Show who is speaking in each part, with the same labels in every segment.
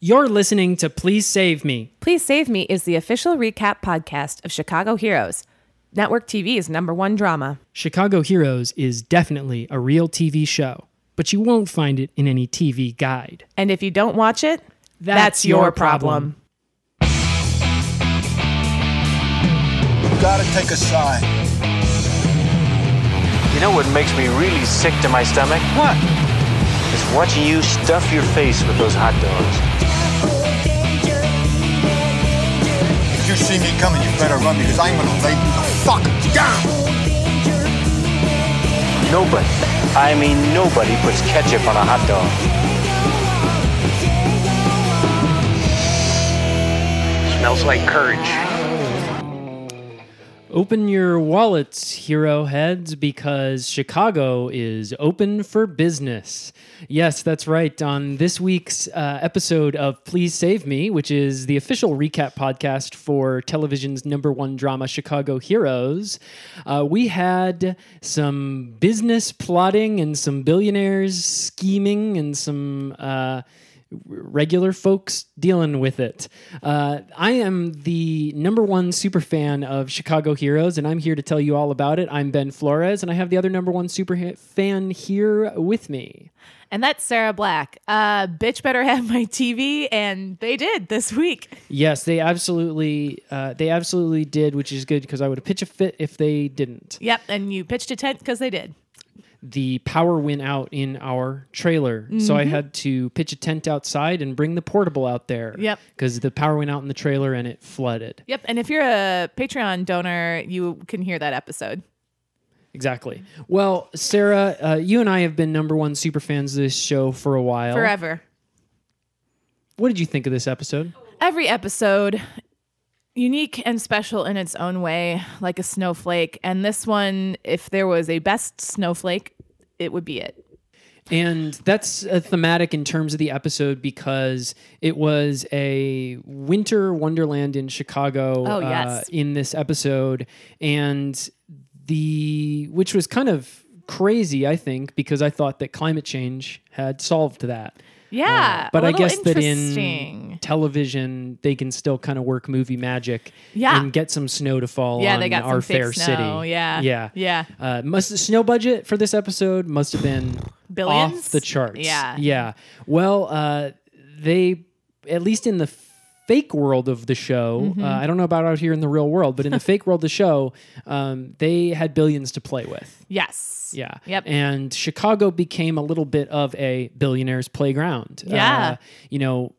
Speaker 1: You're listening to Please Save Me.
Speaker 2: Please Save Me is the official recap podcast of Chicago Heroes, network TV's number one drama.
Speaker 1: Chicago Heroes is definitely a real TV show, but you won't find it in any TV guide.
Speaker 2: And if you don't watch it,
Speaker 1: That's your problem.
Speaker 3: You gotta take a side.
Speaker 4: You know what makes me really sick to my stomach? What? Is watching you stuff your face with those hot dogs.
Speaker 3: If you see me coming, you better run because I'm gonna lay you the fuck down.
Speaker 4: Nobody, I mean nobody, puts ketchup on a hot dog. Smells like courage.
Speaker 1: Open your wallets, hero heads, because Chicago is open for business. Yes, that's right. On this week's uh, episode of Please Save Me, which is the official recap podcast for television's number one drama, Chicago Heroes, uh, we had some business plotting and some billionaires scheming and some. Uh, regular folks dealing with it. Uh, I am the number one super fan of Chicago Heroes, and I'm here to tell you all about it. I'm Ben Flores, and I have the other number one super he- fan here with me.
Speaker 2: And that's Sarah Black. Uh, bitch better have my TV, and they did this week.
Speaker 1: Yes, they absolutely, uh, they absolutely did, which is good because I would pitch a fit if they didn't.
Speaker 2: Yep, and you pitched a tent because they did.
Speaker 1: The power went out in our trailer, so I had to pitch a tent outside and bring the portable out there.
Speaker 2: Yep.
Speaker 1: because the power went out in the trailer and it flooded.
Speaker 2: Yep, and if you're a Patreon donor, you can hear that episode.
Speaker 1: Exactly. Well, Sarah, uh, you and I have been number one super fans of this show for a while.
Speaker 2: Forever.
Speaker 1: What did you think of this episode?
Speaker 2: Every episode, unique and special in its own way, like a snowflake. And this one, if there was a best snowflake, it would be it.
Speaker 1: And that's uh, thematic in terms of the episode because it was a winter wonderland in Chicago
Speaker 2: Oh, yes.
Speaker 1: uh, in this episode. And the, which was kind of crazy, I think, because I thought that climate change had solved that. Uh,
Speaker 2: Yeah,
Speaker 1: but
Speaker 2: I
Speaker 1: I guess that
Speaker 2: interesting.
Speaker 1: in television, they can still kind of work movie magic
Speaker 2: Yeah.
Speaker 1: and get some snow to fall
Speaker 2: yeah,
Speaker 1: on
Speaker 2: they got
Speaker 1: our
Speaker 2: some fake
Speaker 1: fair
Speaker 2: snow.
Speaker 1: city.
Speaker 2: Yeah,
Speaker 1: Yeah.
Speaker 2: yeah.
Speaker 1: Uh, must the snow budget for this episode must have been
Speaker 2: Billions?
Speaker 1: off the charts.
Speaker 2: Yeah.
Speaker 1: Yeah. Well, uh, they at least in the fake world of the show,
Speaker 2: Mm-hmm.
Speaker 1: uh, I don't know about out here in the real world, but in the fake world of the show, um, they had billions to play with.
Speaker 2: Yes.
Speaker 1: Yeah.
Speaker 2: Yep.
Speaker 1: And Chicago became a little bit of a billionaire's playground.
Speaker 2: Yeah.
Speaker 1: Uh, you know,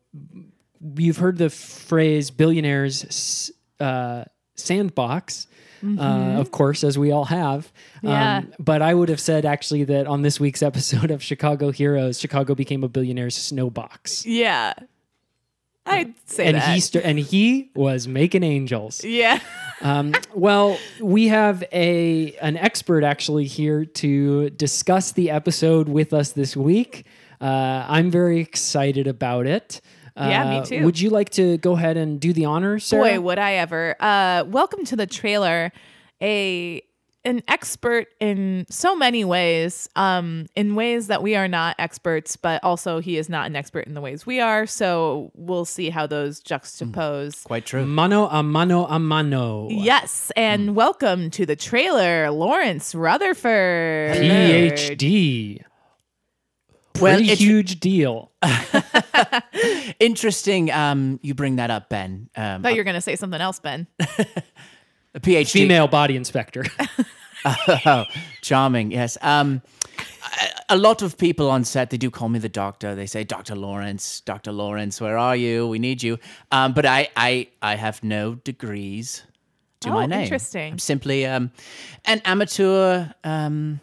Speaker 1: you've heard the phrase billionaires s- uh, sandbox. Uh, of course, as we all have.
Speaker 2: Mm-hmm.
Speaker 1: Um,
Speaker 2: Yeah.
Speaker 1: but I would have said actually that on this week's episode of Chicago Heroes, Chicago became a billionaire's snowbox.
Speaker 2: yeah. I'd say
Speaker 1: And
Speaker 2: that.
Speaker 1: he st- and he was making angels.
Speaker 2: yeah.
Speaker 1: Um, well, we have a an expert actually here to discuss the episode with us this week. Uh, I'm very excited about it.
Speaker 2: Yeah, me
Speaker 1: Uh,
Speaker 2: too.
Speaker 1: Would you like to go ahead and do the honor, Sarah?
Speaker 2: Boy, would I ever. Uh, welcome to the trailer. A an expert in so many ways, um, in ways that we are not experts, but also he is not an expert in the ways we are. So we'll see how those juxtapose.
Speaker 5: Quite true.
Speaker 1: mano a mano a mano.
Speaker 2: Yes, and welcome to the trailer, Lawrence Rutherford.
Speaker 1: PhD.
Speaker 5: Mm. Well,
Speaker 1: Pretty
Speaker 5: it's
Speaker 1: huge deal.
Speaker 5: interesting. Um, you bring that up, Ben. Um,
Speaker 2: Thought you were gonna say something else, Ben.
Speaker 5: a PhD.
Speaker 1: Female body inspector.
Speaker 5: Oh, charming. Yes. Um, a, a lot of people on set they do call me the doctor. They say, Doctor Lawrence, Doctor Lawrence, where are you? We need you. Um, but I, I, I have no degrees to
Speaker 2: Oh,
Speaker 5: my name.
Speaker 2: interesting.
Speaker 5: I'm simply um, an amateur um,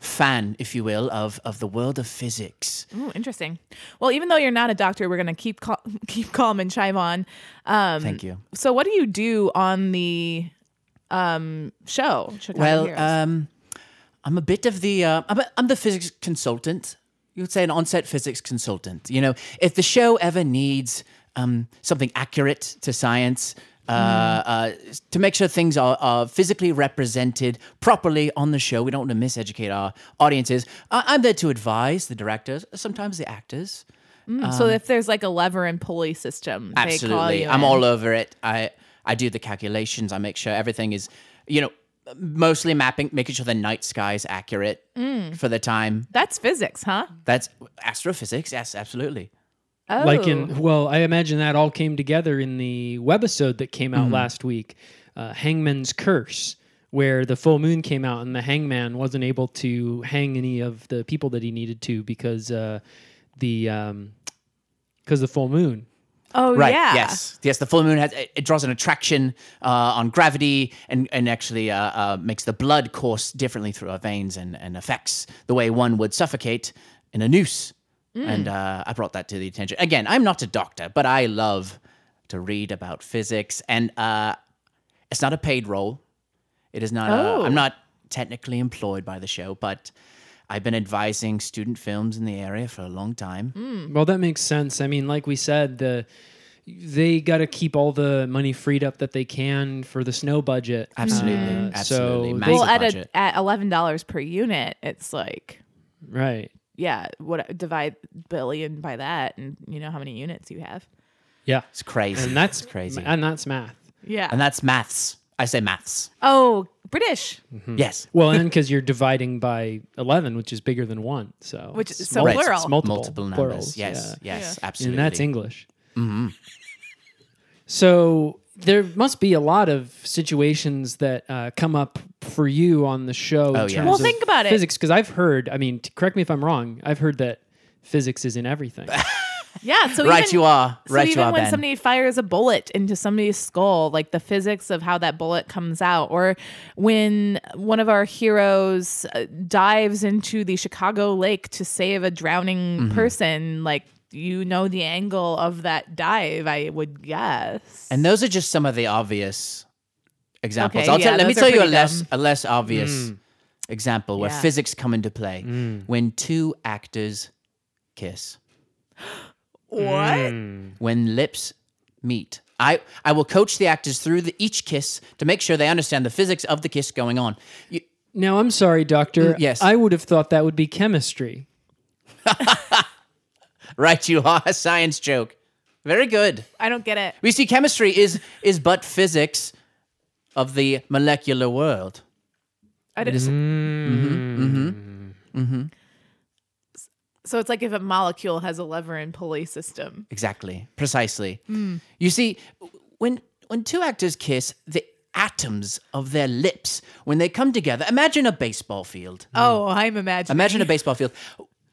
Speaker 5: fan, if you will, of of the world of physics.
Speaker 2: Ooh, Oh, interesting. Well, even though you're not a doctor, we're gonna keep cal- keep calm and chime on. Um,
Speaker 5: Thank you.
Speaker 2: So, what do you do on the um, show? Chicago Heroes?
Speaker 5: Well, um, I'm a bit of the uh, I'm, a, I'm the physics consultant. You would say an on-set physics consultant. You know, if the show ever needs um, something accurate to science. Uh, uh, to make sure things are, are physically represented properly on the show, we don't want to miseducate our audiences. I- I'm there to advise the directors, sometimes the actors,
Speaker 2: so if there's like a lever and pulley system, they call
Speaker 5: um, Absolutely.
Speaker 2: you.
Speaker 5: I'm
Speaker 2: in.
Speaker 5: all over it. I I do the calculations. I make sure everything is, you know, mostly mapping, making sure the night sky is accurate
Speaker 2: Mm.
Speaker 5: for the time.
Speaker 2: That's physics, huh?
Speaker 5: That's astrophysics. Yes, absolutely.
Speaker 2: Oh.
Speaker 1: Like in well, I imagine that all came together in the webisode that came out last week, uh, Hangman's Curse, where the full moon came out and the hangman wasn't able to hang any of the people that he needed to because uh, the because the full moon.
Speaker 2: oh
Speaker 5: Right.
Speaker 2: yeah.
Speaker 5: Yes. Yes. The full moon has it, it draws an attraction uh, on gravity and and actually uh, uh, makes the blood course differently through our veins and and affects the way one would suffocate in a noose.
Speaker 2: Mm.
Speaker 5: And uh, I brought that to the attention. Again, I'm not a doctor, but I love to read about physics, and uh, it's not a paid role. It is not.
Speaker 2: Oh.
Speaker 5: A, I'm not technically employed by the show, but. I've been advising student films in the area for a long time.
Speaker 2: Mm.
Speaker 1: Well, that makes sense. I mean, like we said, the they got to keep all the money freed up that they can for the snow budget.
Speaker 5: Absolutely,
Speaker 1: Uh,
Speaker 5: absolutely.
Speaker 1: So they-
Speaker 5: Massive
Speaker 2: Well, at
Speaker 5: budget.
Speaker 2: a, at eleven dollars per unit, it's like
Speaker 1: right.
Speaker 2: yeah, what divide billion by that, and you know how many units you have.
Speaker 1: Yeah.
Speaker 5: It's crazy.
Speaker 1: And that's
Speaker 5: It's crazy.
Speaker 1: And that's math.
Speaker 2: Yeah.
Speaker 5: And that's maths. I say maths.
Speaker 2: oh, British,
Speaker 5: Yes.
Speaker 1: Hmm. Well, and because you're dividing by eleven, which is bigger than one, so
Speaker 2: Which
Speaker 1: it's
Speaker 2: is- so
Speaker 1: multiple-
Speaker 2: plural.
Speaker 1: it's multiple,
Speaker 5: Multiple numbers.
Speaker 1: plurals,
Speaker 5: yes.
Speaker 1: yeah.
Speaker 5: Yes.
Speaker 1: and
Speaker 5: Absolutely.
Speaker 1: that's English.
Speaker 5: Mm-hmm.
Speaker 1: So there must be a lot of situations that uh, come up for you on the show.
Speaker 5: Oh,
Speaker 1: in
Speaker 5: yeah.
Speaker 1: terms
Speaker 5: Well,
Speaker 1: of
Speaker 2: think about it.
Speaker 1: physics, because I've heard. I mean, t- correct me if I'm wrong. I've heard that physics is in everything.
Speaker 2: yeah. So
Speaker 5: Right,
Speaker 2: even,
Speaker 5: you are.
Speaker 2: So
Speaker 5: right,
Speaker 2: even
Speaker 5: you are.
Speaker 2: when
Speaker 5: ben.
Speaker 2: somebody fires a bullet into somebody's skull, like the physics of how that bullet comes out, or when one of our heroes uh, dives into the Chicago lake to save a drowning
Speaker 5: Mm-hmm.
Speaker 2: person, like you know the angle of that dive. I would guess.
Speaker 5: and those are just some of the obvious examples.
Speaker 2: Okay,
Speaker 5: I'll
Speaker 2: yeah,
Speaker 5: tell, let me
Speaker 2: those are
Speaker 5: tell you a
Speaker 2: pretty
Speaker 5: less,
Speaker 2: dumb.
Speaker 5: a less obvious
Speaker 1: Hmm.
Speaker 5: example where
Speaker 2: Yeah.
Speaker 5: physics come into play when two actors kiss.
Speaker 2: what? Mm.
Speaker 5: when lips meet. I, I will coach the actors through the, each kiss to make sure they understand the physics of the kiss going on. You,
Speaker 1: now, I'm sorry, doctor.
Speaker 5: Mm, yes.
Speaker 1: I would have thought that would be chemistry.
Speaker 5: right, you are a science joke. Very good.
Speaker 2: I don't get it.
Speaker 5: We see chemistry is is but physics of the molecular world.
Speaker 2: I
Speaker 5: It
Speaker 2: don't-
Speaker 5: is- Mm-hmm.
Speaker 2: so it's like if a molecule has a lever and pulley system.
Speaker 5: Mm. exactly, precisely. You see, when when two actors kiss, the atoms of their lips when they come together. Imagine a baseball field.
Speaker 2: Oh, I'm imagining.
Speaker 5: Imagine a baseball field.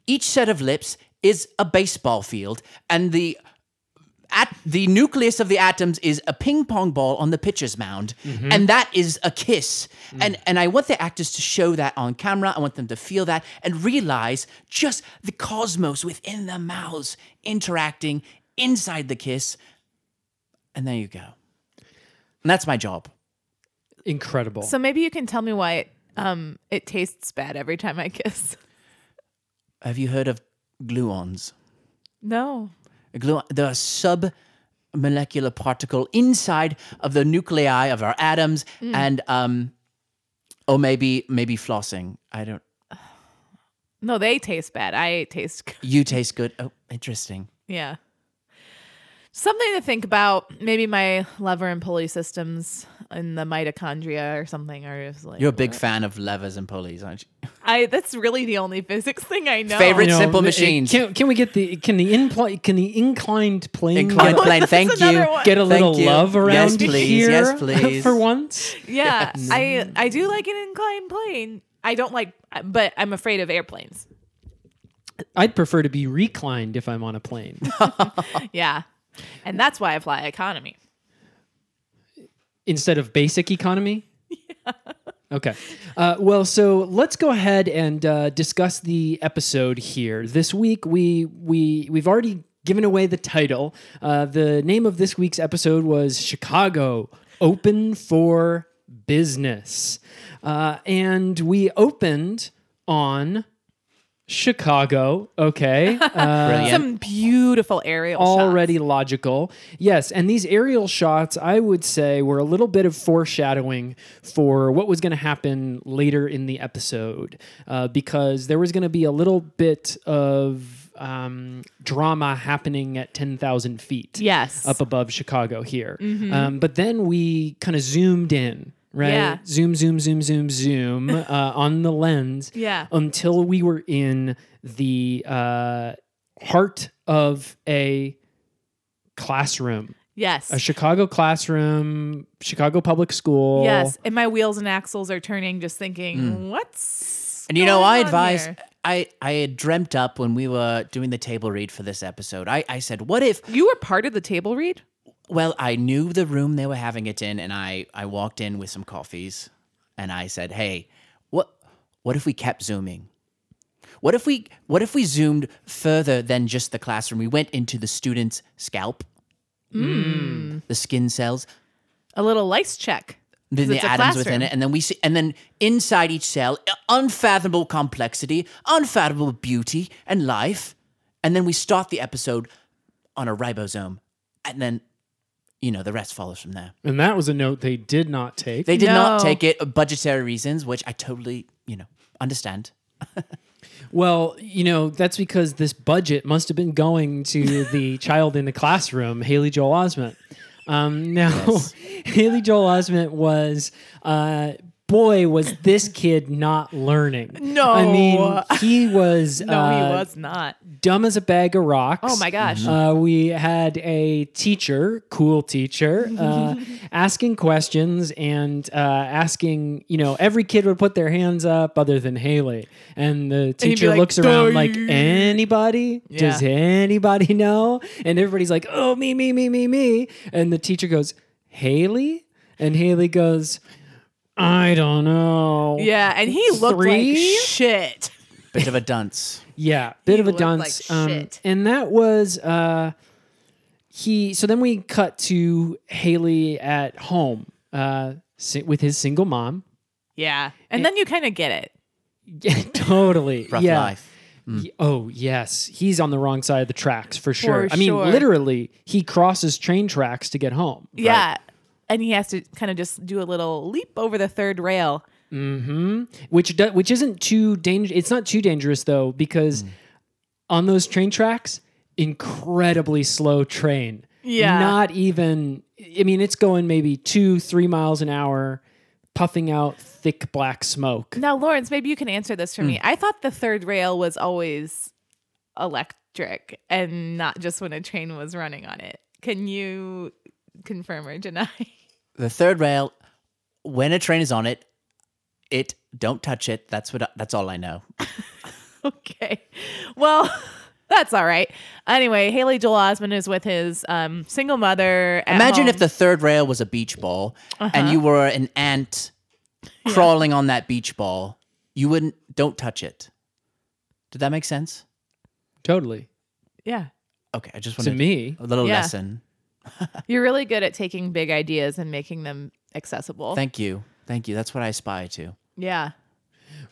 Speaker 5: Each set of lips is a baseball field, and the at the nucleus of the atoms is a ping pong ball on the pitcher's mound, and that is a kiss. And and I want the actors to show that on camera. I want them to feel that and realize just the cosmos within the mouths interacting inside the kiss. And there you go. And that's my job.
Speaker 1: Incredible.
Speaker 2: so maybe you can tell me why it, um, it tastes bad every time I kiss.
Speaker 5: Have you heard of gluons?
Speaker 2: No.
Speaker 5: glu- the sub molecular particle inside of the nuclei of our atoms
Speaker 2: Mm.
Speaker 5: and um or maybe maybe flossing i don't
Speaker 2: No, they taste bad. I taste good.
Speaker 5: you taste good oh interesting
Speaker 2: Yeah. Something to think about. Maybe my lever and pulley systems in the mitochondria or something are just like
Speaker 5: you're a big fan of levers and pulleys aren't you
Speaker 2: I that's really the only physics thing I know.
Speaker 5: Favorite-
Speaker 1: You
Speaker 5: simple
Speaker 1: it-
Speaker 5: machines.
Speaker 1: Can, can we get the can the incline can the inclined plane
Speaker 5: inclined
Speaker 1: get,
Speaker 5: plane thank
Speaker 2: that's
Speaker 5: you
Speaker 2: another one.
Speaker 1: get a
Speaker 5: Thank
Speaker 1: little
Speaker 5: you.
Speaker 1: love around
Speaker 5: yes please
Speaker 1: here
Speaker 5: yes please
Speaker 1: for once?
Speaker 2: Yeah. I I do like an inclined plane. I don't like but I'm afraid of airplanes.
Speaker 1: I'd prefer to be reclined if I'm on a plane.
Speaker 2: Yeah. And that's why I fly economy.
Speaker 1: instead of basic economy? Okay. Uh, well, so let's go ahead and uh, discuss the episode here. This week, we we we've already given away the title. Uh, the name of this week's episode was Chicago Open for Business, uh, and we opened on Chicago. Okay.
Speaker 5: Brilliant.
Speaker 2: Some beautiful aerial
Speaker 1: already
Speaker 2: shots.
Speaker 1: logical. Yes, and these aerial shots, I would say, were a little bit of foreshadowing for what was going to happen later in the episode, uh, because there was going to be a little bit of um, drama happening at 10,000 feet.
Speaker 2: Yes. Mm-hmm.
Speaker 1: Up above Chicago here. Um, but then we kind of zoomed in, right?
Speaker 2: Yeah.
Speaker 1: Zoom, zoom, zoom, zoom, zoom uh, on the lens.
Speaker 2: Yeah.
Speaker 1: Until we were in the uh, heart of a classroom,
Speaker 2: Yes.
Speaker 1: a Chicago classroom, Chicago public school.
Speaker 2: yes. And my wheels and axles are turning, just thinking, what's.
Speaker 5: Hmm. And you know,
Speaker 2: going
Speaker 5: I
Speaker 2: on
Speaker 5: advise.
Speaker 2: here?
Speaker 5: I I had dreamt up when we were doing the table read for this episode. I I said, what if?
Speaker 2: You were part of the table read?
Speaker 5: Well, I knew the room they were having it in, and I I walked in with some coffees, and I said, hey, what what if we kept zooming? What if we what if we zoomed further than just the classroom? We went into the student's scalp,
Speaker 2: Hmm.
Speaker 5: the skin cells,
Speaker 2: A little lice check.
Speaker 5: then the
Speaker 2: it's a
Speaker 5: atoms
Speaker 2: classroom.
Speaker 5: within it, and then we see, and then inside each cell, unfathomable complexity, unfathomable beauty and life, and then we start the episode on a ribosome, and then you know the rest follows from there.
Speaker 1: And that was a note they did not take.
Speaker 5: They did not
Speaker 2: No.
Speaker 5: take it uh, budgetary reasons, which I totally you know understand.
Speaker 1: Well, you know, that's because this budget must have been going to the child in the classroom, Haley Joel Osment. Um, now, Haley Joel Osment was, uh, boy, was this kid not learning.
Speaker 2: No.
Speaker 1: I mean, he was
Speaker 2: No,
Speaker 1: uh,
Speaker 2: he was not.
Speaker 1: dumb as a bag of rocks.
Speaker 2: Oh my gosh.
Speaker 1: Uh, we had a teacher, cool teacher, uh, asking questions and uh, asking, you know, every kid would put their hands up other than Haley. And the
Speaker 2: be
Speaker 1: teacher
Speaker 2: like,
Speaker 1: looks around like,
Speaker 2: "Duh."
Speaker 1: anybody? Does
Speaker 2: Yeah.
Speaker 1: anybody know? And everybody's like, oh, me, me, me, me, me. And the teacher goes, Haley? And Haley goes, I don't know.
Speaker 2: Yeah. And he looked
Speaker 1: Three?
Speaker 2: like shit.
Speaker 5: Bit of a dunce.
Speaker 1: Yeah, bit of a
Speaker 2: looked like
Speaker 1: dunce. um,
Speaker 2: shit.
Speaker 1: and that was uh, he. So then we cut to Haley at home uh, si- with his single mom.
Speaker 2: Yeah. And then you kind of get it.
Speaker 1: Yeah, totally.
Speaker 5: Rough
Speaker 1: yeah.
Speaker 5: life. Mm.
Speaker 1: Y- Oh yes, he's on the wrong side of the tracks for sure. I mean,
Speaker 2: sure.
Speaker 1: literally, he crosses train tracks to get home.
Speaker 2: Yeah. And he has to kind of just do a little leap over the third rail.
Speaker 1: which do, which isn't too dangerous. It's not too dangerous though because on those train tracks, incredibly slow train.
Speaker 2: Yeah.
Speaker 1: not even. I mean, it's going maybe two, three miles an hour, puffing out thick black smoke.
Speaker 2: Now, Lawrence, maybe you can answer this for me.
Speaker 5: Hmm.
Speaker 2: I thought the third rail was always electric and not just when a train was running on it. Can you confirm or deny?
Speaker 5: The third rail, when a train is on it, it don't touch it. That's what. I- that's all I know.
Speaker 2: okay. Well, that's all right. Anyway, Haley Joel Osment is with his um, single mother. at
Speaker 5: Imagine
Speaker 2: home.
Speaker 5: if
Speaker 2: Uh-huh.
Speaker 5: the third rail was a beach ball and you were an ant crawling on that beach ball. You wouldn't, don't touch it. Did that make sense?
Speaker 1: Totally.
Speaker 2: Yeah.
Speaker 5: Okay, I just
Speaker 1: To
Speaker 5: wanted
Speaker 1: me,
Speaker 5: a little
Speaker 2: Yeah.
Speaker 5: lesson.
Speaker 2: You're really good at taking big ideas and making them accessible.
Speaker 5: Thank you. Thank you. That's what I aspire to.
Speaker 2: yeah.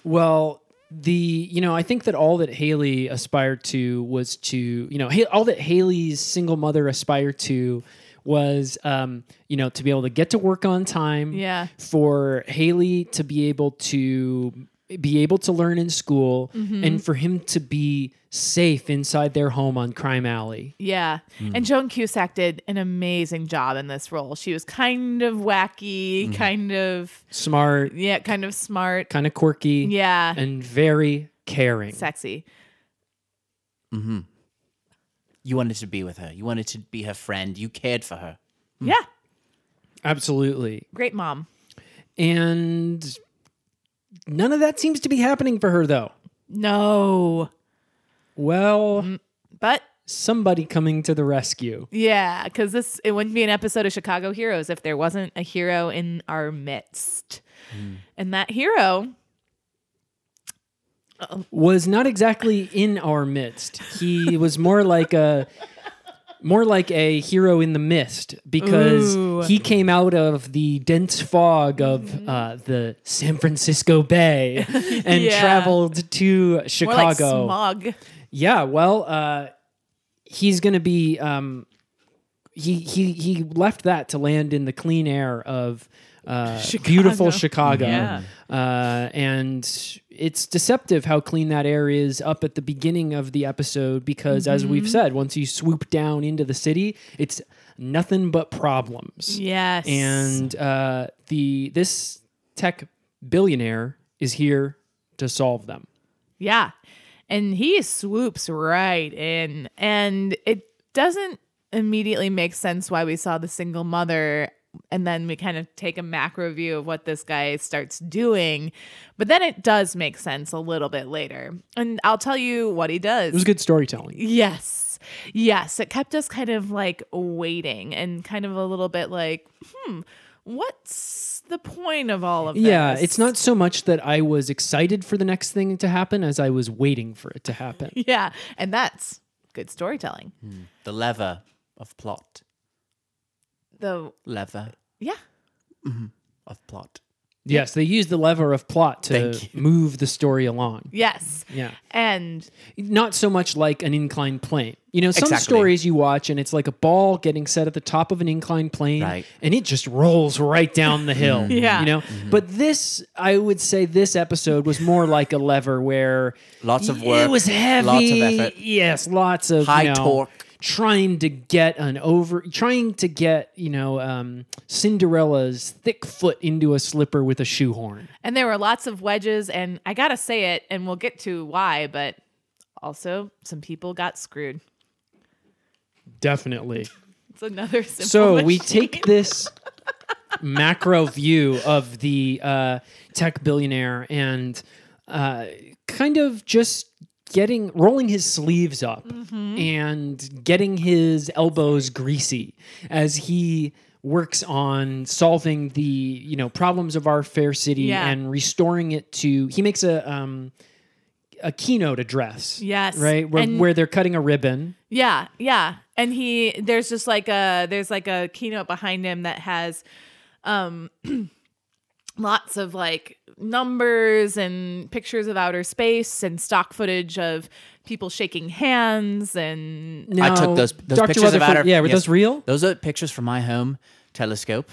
Speaker 1: Well, the you know I think that all that Haley aspired to was to you know Ha- all that Haley's single mother aspired to was um, you know to be able to get to work on time.
Speaker 2: Yeah.
Speaker 1: For Haley to be able to be able to learn in school
Speaker 2: Mm-hmm.
Speaker 1: and for him to be safe inside their home on Crime Alley.
Speaker 2: Yeah.
Speaker 5: Hmm.
Speaker 2: And Joan Cusack did an amazing job in this role. She was kind of wacky,
Speaker 5: Mm-hmm.
Speaker 2: kind of
Speaker 1: Smart,
Speaker 2: yeah, kind of smart.
Speaker 1: kind of quirky,
Speaker 2: yeah.
Speaker 1: and very caring.
Speaker 2: sexy.
Speaker 5: You wanted to be with her. You wanted to be her friend. You cared for her.
Speaker 2: Yeah.
Speaker 1: Absolutely.
Speaker 2: Great mom.
Speaker 1: And none of that seems to be happening for her though.
Speaker 2: No.
Speaker 1: Well,
Speaker 2: But
Speaker 1: somebody coming to the rescue.
Speaker 2: yeah, because this it wouldn't be an episode of Chicago Heroes if there wasn't a hero in our midst.
Speaker 1: Mm.
Speaker 2: And that hero,
Speaker 1: Was not exactly in our midst. He was more like a more like a hero in the mist because he came out of the dense fog of
Speaker 2: Mm-hmm.
Speaker 1: uh, the San Francisco Bay and
Speaker 2: Yeah.
Speaker 1: traveled to
Speaker 2: more
Speaker 1: Chicago.
Speaker 2: like smog.
Speaker 1: Yeah, well, uh, he's going to be. Um, he he he left that to land in the clean air of uh, beautiful Chicago.
Speaker 2: Yeah.
Speaker 1: Uh, and it's deceptive how clean that air is up at the beginning of the episode because,
Speaker 2: Mm-hmm.
Speaker 1: as we've said, once you swoop down into the city, it's nothing but problems.
Speaker 2: Yes.
Speaker 1: And uh, the this tech billionaire is here to solve them.
Speaker 2: Yeah. And he swoops right in. And it doesn't immediately make sense why we saw the single mother. And then we kind of take a macro view of what this guy starts doing. But then it does make sense a little bit later. And I'll tell you what he does.
Speaker 1: It was good storytelling.
Speaker 2: Yes. Yes. It kept us kind of like waiting and kind of a little bit like, hmm, what's the point of all of this?
Speaker 1: Yeah, it's not so much that I was excited for the next thing to happen as I was waiting for it to happen.
Speaker 2: Yeah. And that's good storytelling.
Speaker 5: The lever of plot.
Speaker 2: The
Speaker 5: Lever
Speaker 2: yeah.
Speaker 5: of plot.
Speaker 1: Yes, they use the lever of plot to
Speaker 5: Thank you.
Speaker 1: move the story along.
Speaker 2: Yes.
Speaker 1: Yeah.
Speaker 2: And
Speaker 1: Not so much like an inclined plane. You know, some
Speaker 5: Exactly.
Speaker 1: stories you watch and it's like a ball getting set at the top of an inclined plane
Speaker 5: Right. Mm-hmm.
Speaker 1: and it just rolls right down the hill.
Speaker 2: Yeah.
Speaker 1: You know? But this I would say this episode was more like a lever where
Speaker 5: Lots of
Speaker 1: It
Speaker 5: work,
Speaker 1: was heavy.
Speaker 5: lots of effort.
Speaker 1: Yes, lots of
Speaker 5: High
Speaker 1: you know,
Speaker 5: torque.
Speaker 1: Trying to get an over, trying to get you know um, Cinderella's thick foot into a slipper with a shoehorn.
Speaker 2: and there were lots of wedges and I got to say it and we'll get to why, but also some people got screwed.
Speaker 1: Definitely.
Speaker 2: It's another simple
Speaker 1: So we
Speaker 2: machine.
Speaker 1: take this macro view of the uh, tech billionaire and uh, kind of just getting rolling his sleeves up
Speaker 2: Mm-hmm.
Speaker 1: and getting his elbows greasy as he works on solving the you know problems of our fair city
Speaker 2: Yeah.
Speaker 1: and restoring it to he makes a um a keynote address
Speaker 2: Yes.
Speaker 1: right where,
Speaker 2: And-
Speaker 1: where they're cutting a ribbon
Speaker 2: Yeah, yeah. And he there's just like a there's like a keynote behind him that has um lots of like numbers and pictures of outer space and stock footage of people shaking hands and
Speaker 5: I
Speaker 1: Now,
Speaker 5: took those, those
Speaker 1: Dr.
Speaker 5: pictures of
Speaker 1: Rutherford-
Speaker 5: outer.
Speaker 1: yeah were
Speaker 5: yes,
Speaker 1: those real
Speaker 5: Those are pictures from my home telescope.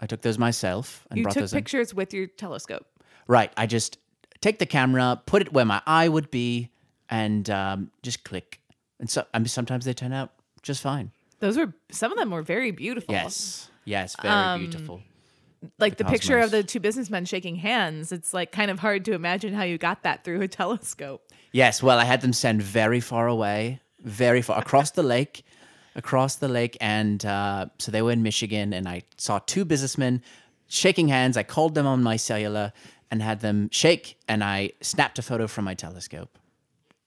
Speaker 5: I took those myself and
Speaker 2: you
Speaker 5: brought
Speaker 2: took
Speaker 5: those in.
Speaker 2: pictures with your telescope.
Speaker 5: Right. I just take the camera, put it where my eye would be, and um, just click. And so, I mean, sometimes they turn out just fine.
Speaker 2: Those were some of them were very beautiful.
Speaker 5: Yes. Yes. Very
Speaker 1: Um,
Speaker 5: beautiful.
Speaker 2: Like the,
Speaker 5: The
Speaker 2: picture of
Speaker 5: cosmos.
Speaker 2: the two businessmen shaking hands. It's like kind of hard to imagine how you got that through a telescope.
Speaker 5: Yes. Well, I had them sent very far away, very far across the lake, across the lake, and uh, so they were in Michigan, and I saw two businessmen shaking hands. I called them on my cellular and had them shake, and I snapped a photo from my telescope.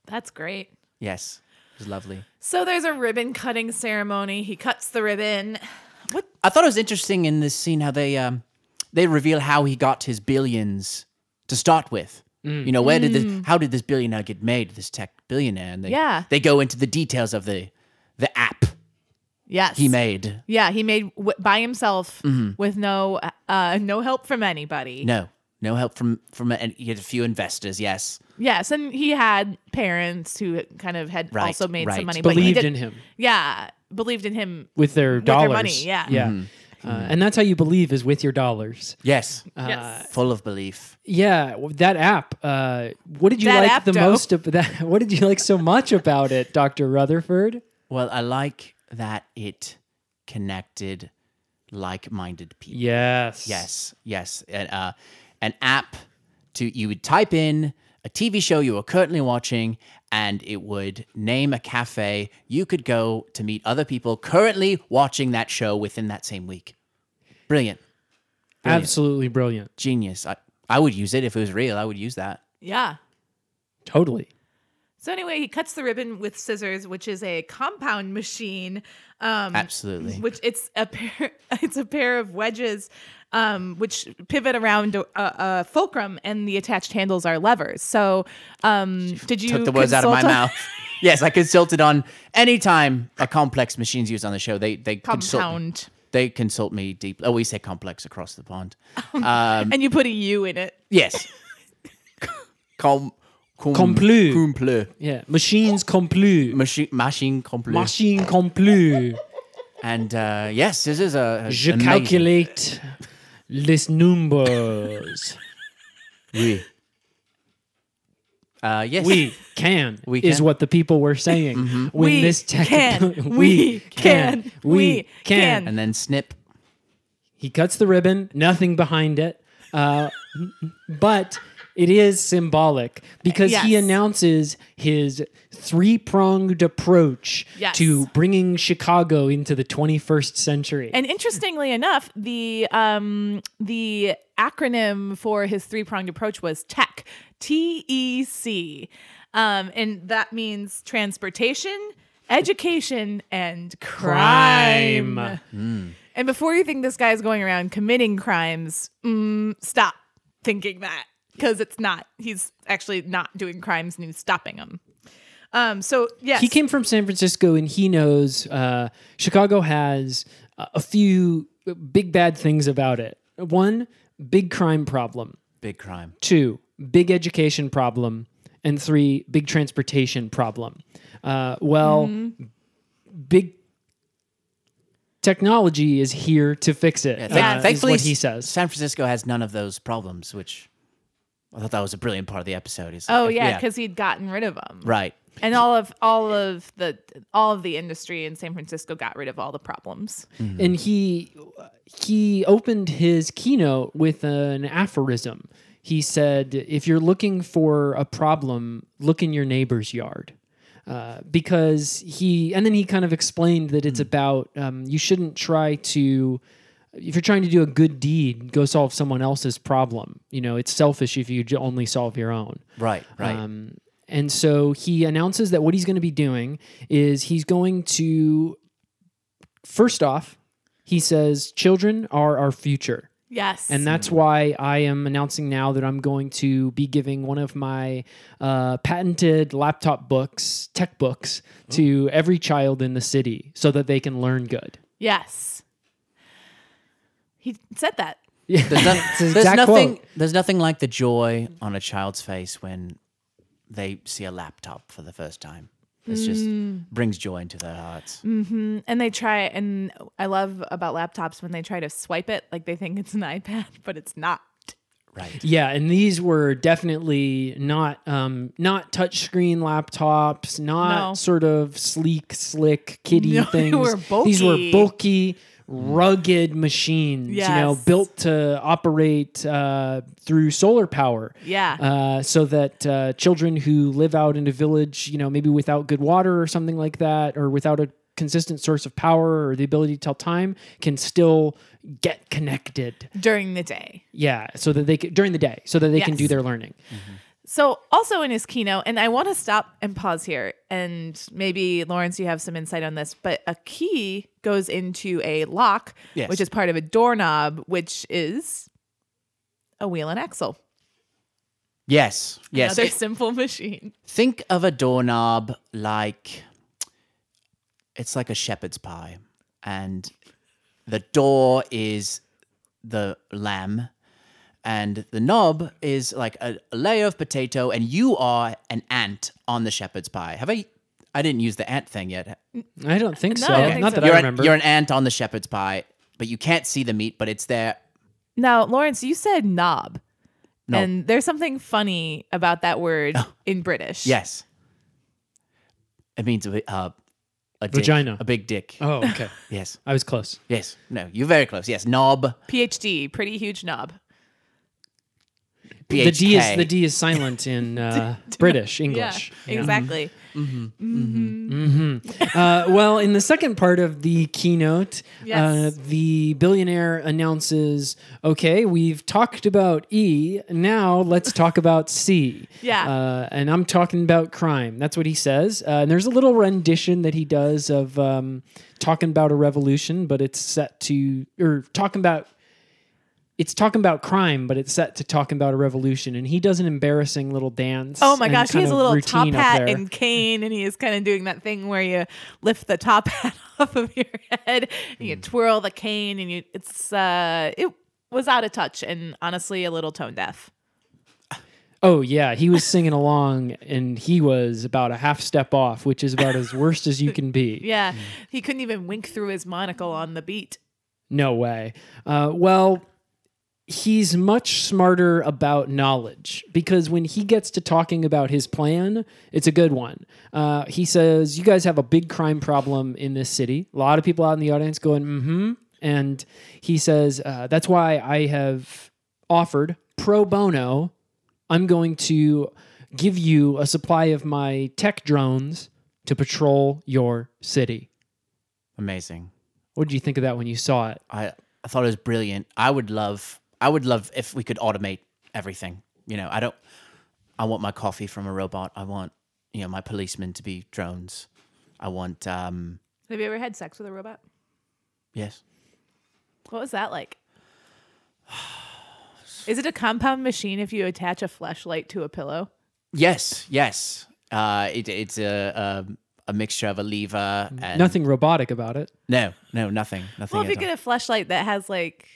Speaker 2: That's great.
Speaker 5: Yes, it was lovely.
Speaker 2: So there's a ribbon cutting ceremony. He cuts the ribbon. What?
Speaker 5: I thought it was interesting in this scene how they um, they reveal how he got his billions to start with. You know, where did this? How did this billionaire get made? This tech billionaire, and they
Speaker 2: Yeah.
Speaker 5: they go into the details of the the app
Speaker 2: Yes.
Speaker 5: he made. Mm-hmm.
Speaker 2: Yeah, he made w- by himself with no uh no help from anybody.
Speaker 5: No, no help from from and he had a few investors. Yes,
Speaker 2: Yes, and he had parents who kind of had
Speaker 5: Right,
Speaker 2: also made some
Speaker 5: right.
Speaker 2: money. but he
Speaker 1: believed
Speaker 2: did-
Speaker 1: in him
Speaker 2: Yeah, believed in him.
Speaker 1: with their dollars.
Speaker 2: their money, yeah.
Speaker 1: yeah. Uh, and that's how you believe is with your dollars.
Speaker 5: yes,
Speaker 1: Uh,
Speaker 2: yes.
Speaker 5: Uh, full of belief.
Speaker 1: Yeah, w- that app. Uh, what did you
Speaker 2: That
Speaker 1: like
Speaker 2: app,
Speaker 1: the
Speaker 2: though.
Speaker 1: most of that? What did you like so much about it, Doctor Rutherford?
Speaker 5: Well, I like that it connected like-minded people.
Speaker 1: Yes.
Speaker 5: Yes, yes. An, uh, an app to you would type in a TV show you were currently watching, and it would name a cafe you could go to meet other people currently watching that show within that same week. Brilliant,
Speaker 1: Absolutely brilliant.
Speaker 5: genius. I, I would use it if it was real. I would use that.
Speaker 2: Yeah.
Speaker 1: Totally.
Speaker 2: So anyway, he cuts the ribbon with scissors, which is a compound machine. Um,
Speaker 5: Absolutely.
Speaker 2: Which it's a pair, it's a pair of wedges, um, which pivot around a, a fulcrum, and the attached handles are levers. So, um, did you
Speaker 5: Took the words out of my
Speaker 2: consult on-
Speaker 5: mouth. yes, I consulted on any time a complex machine's used on the show. They they consult.
Speaker 2: Compound,
Speaker 5: They consult me deeply. Oh, we say complex across the pond.
Speaker 2: and you put a U in it.
Speaker 5: Yes. com, com,
Speaker 1: Complue.
Speaker 5: Complue.
Speaker 1: Yeah. Machines complue.
Speaker 5: Machine, machine complue.
Speaker 1: Machine complue.
Speaker 5: And uh, yes, this is a.
Speaker 1: Je
Speaker 5: amazing-
Speaker 1: calculate les numbers.
Speaker 5: We. Uh, yes.
Speaker 1: we can Mm-hmm.
Speaker 5: We
Speaker 1: is
Speaker 5: can.
Speaker 1: what the people were saying when
Speaker 2: We
Speaker 1: this tech
Speaker 2: can. We can. We
Speaker 1: we
Speaker 2: can.
Speaker 1: can.
Speaker 5: And then snip.
Speaker 1: He cuts the ribbon, nothing behind it, uh, but it is symbolic because he
Speaker 2: Yes.
Speaker 1: announces his three pronged approach
Speaker 2: Yes.
Speaker 1: to bringing Chicago into the 21st century.
Speaker 2: And interestingly enough, the um, the acronym for his three pronged approach was TEC, T E C, um, and that means transportation, education, and crime. And before you think this guy's going around committing crimes, mm, stop thinking that because it's not. He's actually not doing crimes, and he's stopping them. Um, so yes,
Speaker 1: He came from San Francisco and he knows uh, Chicago has a a few big bad things about it. One, big crime problem.
Speaker 5: Big crime.
Speaker 1: two, big education problem, and three, big transportation problem. Uh, well, big technology is here to fix it.
Speaker 5: Thank-
Speaker 1: uh,
Speaker 5: thankfully,
Speaker 1: is what he
Speaker 5: S-
Speaker 1: says.
Speaker 5: San Francisco has none of those problems, which I thought that was a brilliant part of the episode. Is
Speaker 2: Oh yeah, because he'd gotten rid of them.
Speaker 5: right.
Speaker 2: and all of all of the all of the industry in San Francisco got rid of all the problems.
Speaker 1: And he he opened his keynote with an aphorism. He said, "If you're looking for a problem, look in your neighbor's yard." Uh, because he, and then he kind of explained that it's about um, you shouldn't try to if you're trying to do a good deed, go solve someone else's problem. You know, it's selfish if you j- only solve your own.
Speaker 5: Right, right.
Speaker 1: Um, and so he announces that what he's going to be doing is he's going to, first off, he says, children are our future.
Speaker 2: Yes,
Speaker 1: And that's why I am announcing now that I'm going to be giving one of my uh, patented laptop books, tech books, to every child in the city so that they can learn good.
Speaker 2: yes, he said that.
Speaker 5: There's, no- there's
Speaker 1: exact
Speaker 5: nothing.
Speaker 1: quote.
Speaker 5: There's nothing like the joy on a child's face when they see a laptop for the first time. It just brings joy into their hearts.
Speaker 2: And they try, and I love about laptops when they try to swipe it, like they think it's an iPad, but it's not.
Speaker 5: Right.
Speaker 1: Yeah, and these were definitely not um, not touchscreen laptops, not
Speaker 2: No.
Speaker 1: sort of sleek, slick, kiddie
Speaker 2: No, they
Speaker 1: things.
Speaker 2: were
Speaker 1: These were
Speaker 2: bulky.
Speaker 1: bulky, rugged machines. You know,
Speaker 2: Yes.
Speaker 1: built to operate uh, through solar power.
Speaker 2: Yeah.
Speaker 1: Uh, so that uh, children who live out in a village, you know, maybe without good water or something like that, or without a consistent source of power or the ability to tell time, can still get connected.
Speaker 2: During the day.
Speaker 1: Yeah, so that they could during the day, so that they can
Speaker 2: Yes.
Speaker 1: do their learning.
Speaker 2: So, also in his keynote, and I want to stop and pause here, and maybe Lawrence, you have some insight on this, but a key goes into a lock,
Speaker 5: Yes.
Speaker 2: which is part of a doorknob, which is a wheel and axle.
Speaker 5: Yes. Yes.
Speaker 2: Another
Speaker 5: It-
Speaker 2: simple machine.
Speaker 5: think of a doorknob like it's like a shepherd's pie, and the door is the lamb, and the knob is like a, a layer of potato, and you are an ant on the shepherd's pie. Have I? I didn't use the ant thing yet.
Speaker 1: I don't think
Speaker 2: No,
Speaker 1: so.
Speaker 2: I don't think
Speaker 1: Not
Speaker 2: so.
Speaker 1: that
Speaker 5: you're
Speaker 1: I
Speaker 5: an,
Speaker 1: remember.
Speaker 5: you're an ant on the shepherd's pie, but you can't see the meat, but it's there.
Speaker 2: Now, Lawrence, you said knob.
Speaker 5: No.
Speaker 2: And there's something funny about that word in British.
Speaker 5: Yes, it means a, bi- uh, a dick,
Speaker 1: Vagina.
Speaker 5: a big dick.
Speaker 1: oh, okay.
Speaker 5: Yes,
Speaker 1: I was close.
Speaker 5: yes. No, you're very close. Yes, knob.
Speaker 2: PhD, pretty huge knob.
Speaker 1: The D is
Speaker 5: PHK.
Speaker 1: the D is silent in uh, British English.
Speaker 2: Yeah, exactly.
Speaker 1: Uh, well, in the second part of the keynote,
Speaker 2: Yes.
Speaker 1: uh, the billionaire announces, "Okay, we've talked about E. Now let's talk about C."
Speaker 2: Yeah.
Speaker 1: Uh, and I'm talking about crime. That's what he says. Uh, and there's a little rendition that he does of um, talking about a revolution, but it's set to or talking about it's talking about crime, but it's set to talking about a revolution. And he does an embarrassing little dance.
Speaker 2: Oh my
Speaker 1: and
Speaker 2: gosh, he
Speaker 1: kind
Speaker 2: has a
Speaker 1: of
Speaker 2: little top
Speaker 1: routine up
Speaker 2: hat
Speaker 1: there.
Speaker 2: and cane, and he is kind of doing that thing where you lift the top hat off of your head, and
Speaker 1: Mm.
Speaker 2: you twirl the cane, and you it's uh it was out of touch and honestly a little tone deaf.
Speaker 1: Oh yeah, he was singing along, and he was about a half step off, which is about as worst as you can be.
Speaker 2: Yeah, he couldn't even wink through his monocle on the beat.
Speaker 1: No way. Uh, well, he's much smarter about knowledge because when he gets to talking about his plan, it's a good one. Uh, he says, You guys have a big crime problem in this city. A lot of people out in the audience going, Mm hmm. And he says, uh, That's why I have offered pro bono. I'm going to give you a supply of my tech drones to patrol your city.
Speaker 5: Amazing.
Speaker 1: What did you think of that when you saw it?
Speaker 5: I, I thought it was brilliant. I would love I would love if we could automate everything. You know, I don't I want my coffee from a robot. I want, you know, my policemen to be drones. I want um
Speaker 2: Have you ever had sex with a robot?
Speaker 5: yes.
Speaker 2: What was that like? Is it a compound machine if you attach a flashlight to a pillow?
Speaker 5: Yes, yes. Uh it, it's a, a a mixture of a lever and
Speaker 1: Nothing robotic about it.
Speaker 5: No, no, nothing. Nothing.
Speaker 2: Well, if you
Speaker 5: at all.
Speaker 2: get a flashlight that has like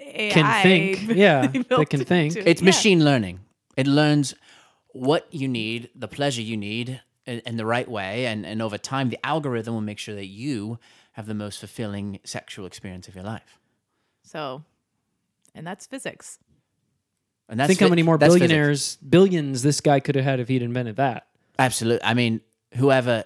Speaker 2: AI
Speaker 1: Can think. Yeah, that
Speaker 2: built
Speaker 1: can think.
Speaker 2: into it,
Speaker 5: It's
Speaker 2: yeah.
Speaker 5: machine learning. It learns what you need, the pleasure you need, in, in the right way, and and over time, the algorithm will make sure that you have the most fulfilling sexual experience of your life.
Speaker 2: So, and that's physics.
Speaker 5: And that's
Speaker 1: Think how
Speaker 5: phy-
Speaker 1: many more
Speaker 5: that's physics.
Speaker 1: billionaires, billions this guy could have had if he'd invented that.
Speaker 5: Absolutely. I mean, whoever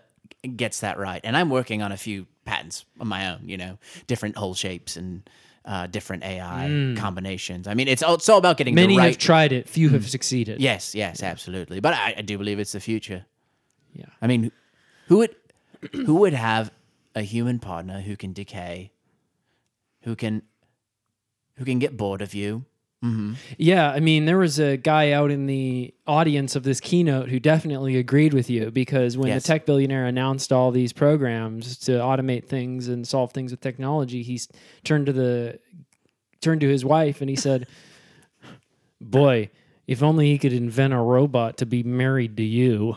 Speaker 5: gets that right, and I'm working on a few patents on my own. You know, different hole shapes and. Uh, different AI combinations. I mean, it's all, it's all about getting
Speaker 1: Mm. Many
Speaker 5: the right Hmm.
Speaker 1: have tried it, few have succeeded.
Speaker 5: Yes, yes, absolutely. But I, I do believe it's the future.
Speaker 1: Yeah.
Speaker 5: I mean, who would who would have a human partner who can decay, who can who can get bored of you?
Speaker 1: Yeah, I mean, there was a guy out in the audience of this keynote who definitely agreed with you because when
Speaker 5: Yes.
Speaker 1: the tech billionaire announced all these programs to automate things and solve things with technology, he s- turned to the turned to his wife and he said, "Boy, if only he could invent a robot to be married to you."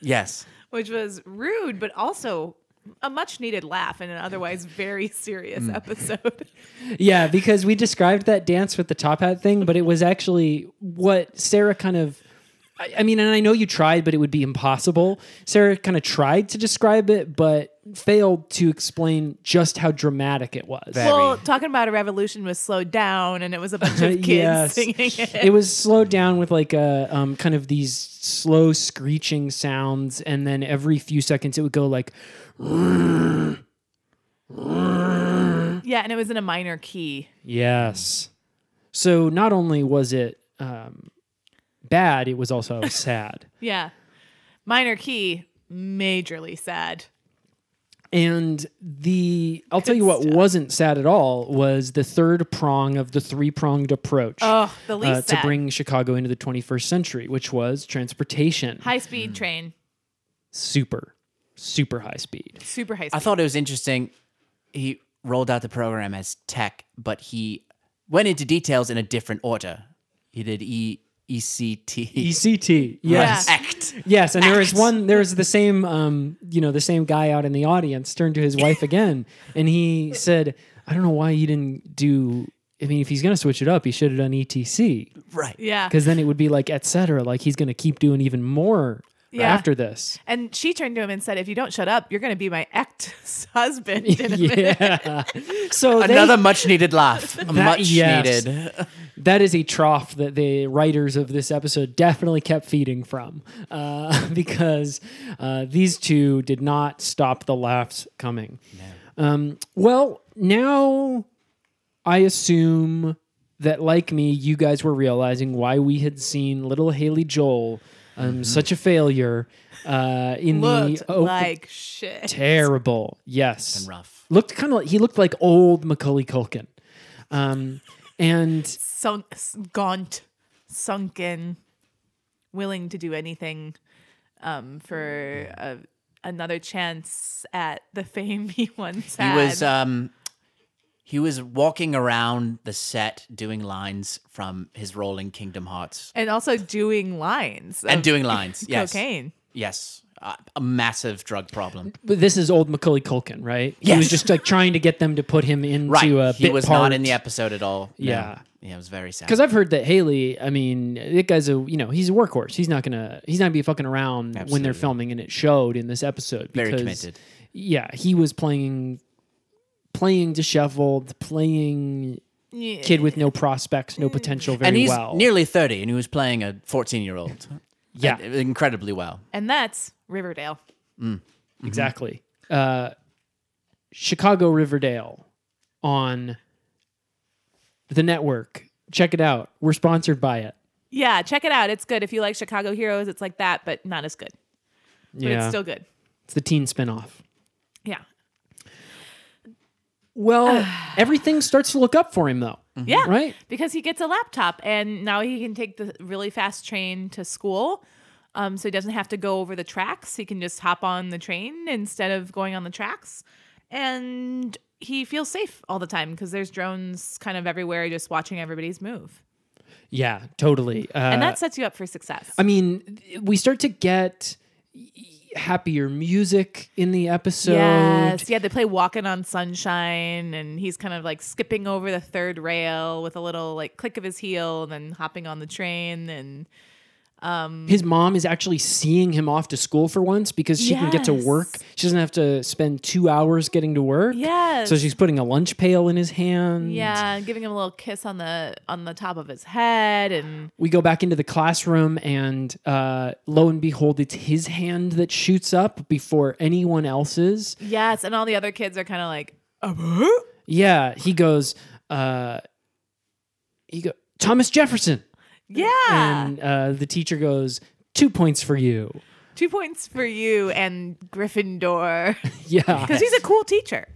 Speaker 5: Yes.
Speaker 2: which was rude, but also a much needed laugh in an otherwise very serious
Speaker 1: Mm.
Speaker 2: episode.
Speaker 1: Yeah, because we described that dance with the top hat thing, but it was actually what Sarah kind of. I I mean, and I know you tried, but it would be impossible. Sarah kind of tried to describe it, but failed to explain just how dramatic it was.
Speaker 5: Very.
Speaker 2: well, talking about a revolution was slowed down, and it was a bunch of kids
Speaker 1: Yes.
Speaker 2: singing it.
Speaker 1: It was slowed down with like a um, kind of these slow screeching sounds, and then every few seconds it would go like
Speaker 2: yeah, and it was in a minor key.
Speaker 1: yes. So not only was it um, bad, it was also sad.
Speaker 2: Yeah, minor key, majorly sad.
Speaker 1: And the I'll tell
Speaker 2: Good
Speaker 1: you what
Speaker 2: stuff.
Speaker 1: wasn't sad at all was the third prong of the three pronged approach
Speaker 2: Oh, the least
Speaker 1: uh, to
Speaker 2: sad.
Speaker 1: bring Chicago into the 21st century, which was transportation,
Speaker 2: high speed train,
Speaker 1: super, super high speed.
Speaker 2: super high speed.
Speaker 5: I thought it was interesting. He rolled out the program as tech, but he went into details in a different order. He did E E C T
Speaker 1: ECT, yes,
Speaker 2: Yeah.
Speaker 5: act.
Speaker 1: yes, and there is
Speaker 5: Act.
Speaker 1: one. There is the same, um, you know, the same guy out in the audience turned to his wife again, and he said, "I don't know why he didn't do. I mean, if he's gonna switch it up, he should have done E ETC."
Speaker 5: Right.
Speaker 2: yeah,
Speaker 1: because then it would be like et cetera like he's going to keep doing even more
Speaker 2: Yeah.
Speaker 1: after this
Speaker 2: and she turned to him and said, "If you don't shut up, you're going to be my ex husband in a minute."
Speaker 1: yeah so they-
Speaker 5: Another much needed laugh. much
Speaker 1: yes.
Speaker 5: needed.
Speaker 1: that is a trough that the writers of this episode definitely kept feeding from uh, because uh, these two did not stop the laughs coming um, well now i assume that like me you guys were realizing why we had seen little haley joel um, such a failure uh, in
Speaker 2: Looked
Speaker 1: the open-
Speaker 2: like shit.
Speaker 1: terrible. Yes, and
Speaker 5: rough.
Speaker 1: Looked kind of like he looked like old Macaulay Culkin, um, and
Speaker 2: sunk, s- gaunt, sunken, willing to do anything um, for a, another chance at the fame he once
Speaker 5: He
Speaker 2: had.
Speaker 5: was um he was walking around the set doing lines from his role in Kingdom Hearts
Speaker 2: and also doing lines
Speaker 5: and
Speaker 2: of
Speaker 5: doing lines. Yes.
Speaker 2: cocaine.
Speaker 5: Yes. Uh, a massive drug problem.
Speaker 1: but this is old Macaulay Culkin, right? He was
Speaker 5: Yes.
Speaker 1: just like trying to get them to put him into
Speaker 5: Right.
Speaker 1: a
Speaker 5: he
Speaker 1: uh, bit
Speaker 5: was
Speaker 1: part.
Speaker 5: not in the episode at all. No.
Speaker 1: Yeah.
Speaker 5: Yeah, it was very sad.
Speaker 1: Because I've heard that Haley, I mean, that guy's a you know he's a workhorse. He's not gonna he's not gonna be fucking around when they're
Speaker 5: Absolutely.
Speaker 1: filming, and it showed in this episode.
Speaker 5: Very
Speaker 1: because,
Speaker 5: committed.
Speaker 1: Yeah, he was playing playing disheveled, playing
Speaker 2: Yeah.
Speaker 1: kid with no prospects, no potential very
Speaker 5: and he's
Speaker 1: well.
Speaker 5: nearly 30 and he was playing a 14 year old
Speaker 1: yeah,
Speaker 5: incredibly well
Speaker 2: And that's Riverdale.
Speaker 1: exactly. Uh, Chicago Riverdale on the network. Check it out. We're sponsored by it.
Speaker 2: Yeah, check it out. It's good. If you like Chicago Heroes, it's like that, but not as good. But
Speaker 1: yeah,
Speaker 2: it's still good.
Speaker 1: it's the teen spinoff.
Speaker 2: Yeah.
Speaker 1: Well, everything starts to look up for him though.
Speaker 2: Yeah.
Speaker 1: Right?
Speaker 2: Because he gets a laptop and now he can take the really fast train to school. Um, so he doesn't have to go over the tracks. He can just hop on the train instead of going on the tracks. And he feels safe all the time because there's drones kind of everywhere just watching everybody's move.
Speaker 1: Yeah, totally. Uh,
Speaker 2: And that sets you up for success.
Speaker 1: I mean, we start to get happier music in the episode.
Speaker 2: Yes. Yeah, they play Walking on Sunshine, and he's kind of like skipping over the third rail with a little like click of his heel, and then hopping on the train. And
Speaker 1: His mom is actually seeing him off to school for once because she can get to
Speaker 2: Yes.
Speaker 1: work. She doesn't have to spend two hours getting to work.
Speaker 2: Yes.
Speaker 1: So she's putting a lunch pail in his hand.
Speaker 2: yeah, and giving him a little kiss on the on the top of his head, and
Speaker 1: We go back into the classroom, and uh, lo and behold, it's his hand that shoots up before anyone else's.
Speaker 2: yes, and all the other kids are kind of like,
Speaker 1: Yeah, he goes, uh, he go, Thomas Jefferson.
Speaker 2: yeah,
Speaker 1: And uh, the teacher goes, two points for you.
Speaker 2: two points for you and Gryffindor,
Speaker 1: Yeah.
Speaker 2: because he's a cool teacher.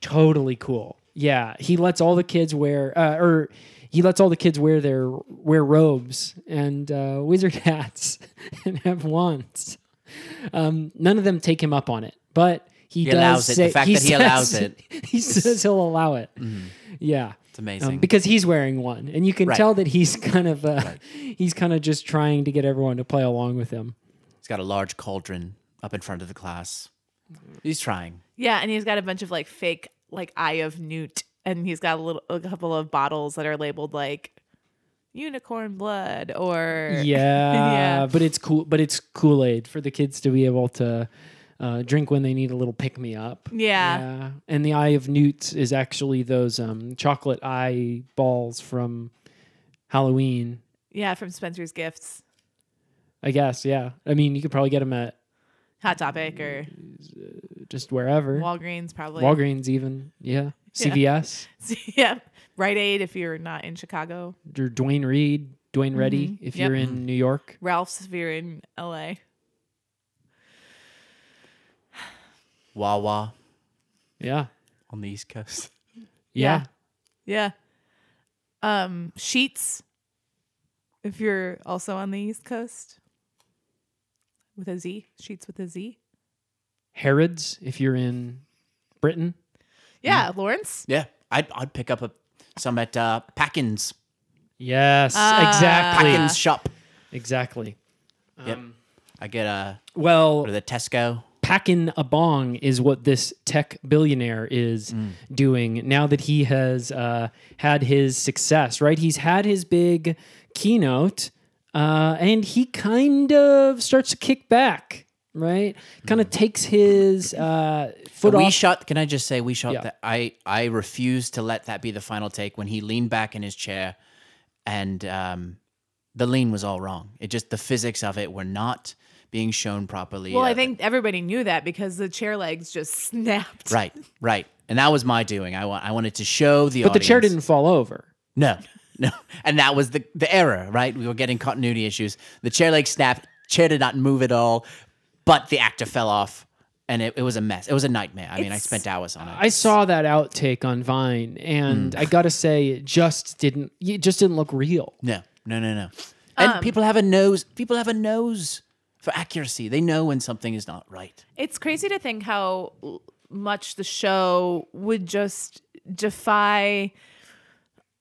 Speaker 1: totally cool. Yeah, he lets all the kids wear, uh, or he lets all the kids wear their wear robes and uh, wizard hats and have wands. Um, none of them take him up on it, but he, does
Speaker 5: allows it. The
Speaker 1: say,
Speaker 5: fact that he
Speaker 1: says-
Speaker 5: allows it. Mm-hmm.
Speaker 1: he says he'll allow it. Yeah, Um,
Speaker 5: it's amazing
Speaker 1: because he's wearing one, and you can
Speaker 5: Right.
Speaker 1: tell that he's kind of uh, he's kind of just trying to get everyone to play along with him.
Speaker 5: he's got a large cauldron up in front of the class he's trying
Speaker 2: Yeah, and he's got a bunch of like fake like Eye of Newt, and he's got a little a couple of bottles that are labeled like unicorn blood or
Speaker 1: Yeah,
Speaker 2: Yeah.
Speaker 1: but it's cool. But it's Kool Aid for the kids to be able to uh, drink when they need a little pick me up.
Speaker 2: Yeah.
Speaker 1: and the Eye of Newt is actually those um, chocolate eye balls from Halloween.
Speaker 2: yeah from Spencer's Gifts,
Speaker 1: I guess. Yeah. I mean, you could probably get them at
Speaker 2: Hot Topic or
Speaker 1: just wherever.
Speaker 2: Walgreens probably.
Speaker 1: Walgreens, even. Yeah. CVS.
Speaker 2: yeah, Rite Aid if you're not in Chicago,
Speaker 1: Or Dwayne Reed. Dwayne Reddy, if
Speaker 2: Yep.
Speaker 1: you're in New York.
Speaker 2: Ralph's if you're in L.A.
Speaker 5: wawa
Speaker 1: Yeah.
Speaker 5: on the east coast
Speaker 1: Yeah.
Speaker 2: Yeah, um, Sheets if you're also on the East Coast with a Z, Sheets with a Z.
Speaker 1: Harrods, if you're in Britain.
Speaker 5: Mm-hmm.
Speaker 2: Yeah, Lawrence.
Speaker 5: yeah i'd, I'd pick up a, some at uh, packins
Speaker 1: Yes. exactly.
Speaker 5: packins shop
Speaker 1: Exactly. um,
Speaker 5: yep i get a
Speaker 1: Well,
Speaker 5: go to the tesco
Speaker 1: packing a bong is what this tech billionaire is doing now that he has uh, had his success, right? He's had his big keynote uh, and he kind of starts to kick back, right? Kind of takes his uh, foot
Speaker 5: we
Speaker 1: off.
Speaker 5: shot can i just say we shot
Speaker 1: Yeah.
Speaker 5: that i i refuse to let that be the final take when he leaned back in his chair and um the lean was all wrong it just the physics of it were not being shown properly
Speaker 2: Well, I
Speaker 5: Uh,
Speaker 2: think everybody knew that because the chair legs just snapped.
Speaker 5: right right and that was my doing i want i wanted to show the
Speaker 1: but the chair
Speaker 5: audience-
Speaker 1: didn't fall over.
Speaker 5: no no and that was the the error right we were getting continuity issues the chair leg snapped chair did not move at all but the actor fell off and it, it was a mess it was a nightmare i mean i
Speaker 2: It's-
Speaker 5: spent hours on it
Speaker 1: I saw that outtake on Vine, and I gotta say, it just didn't. It just didn't look real.
Speaker 5: No, no, no, no. And people have a nose. People have a nose for accuracy. They know when something is not right.
Speaker 2: It's crazy to think how l- much the show would just defy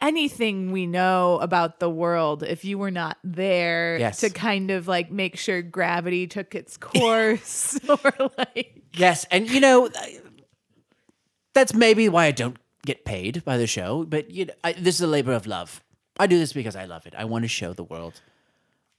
Speaker 2: anything we know about the world if you were not there
Speaker 5: Yes.
Speaker 2: to kind of like make sure gravity took its course or like
Speaker 5: Yes, and you know I- that's maybe why I don't get paid by the show. But you know, I, this is a labor of love. I do this because I love it. I want to show the world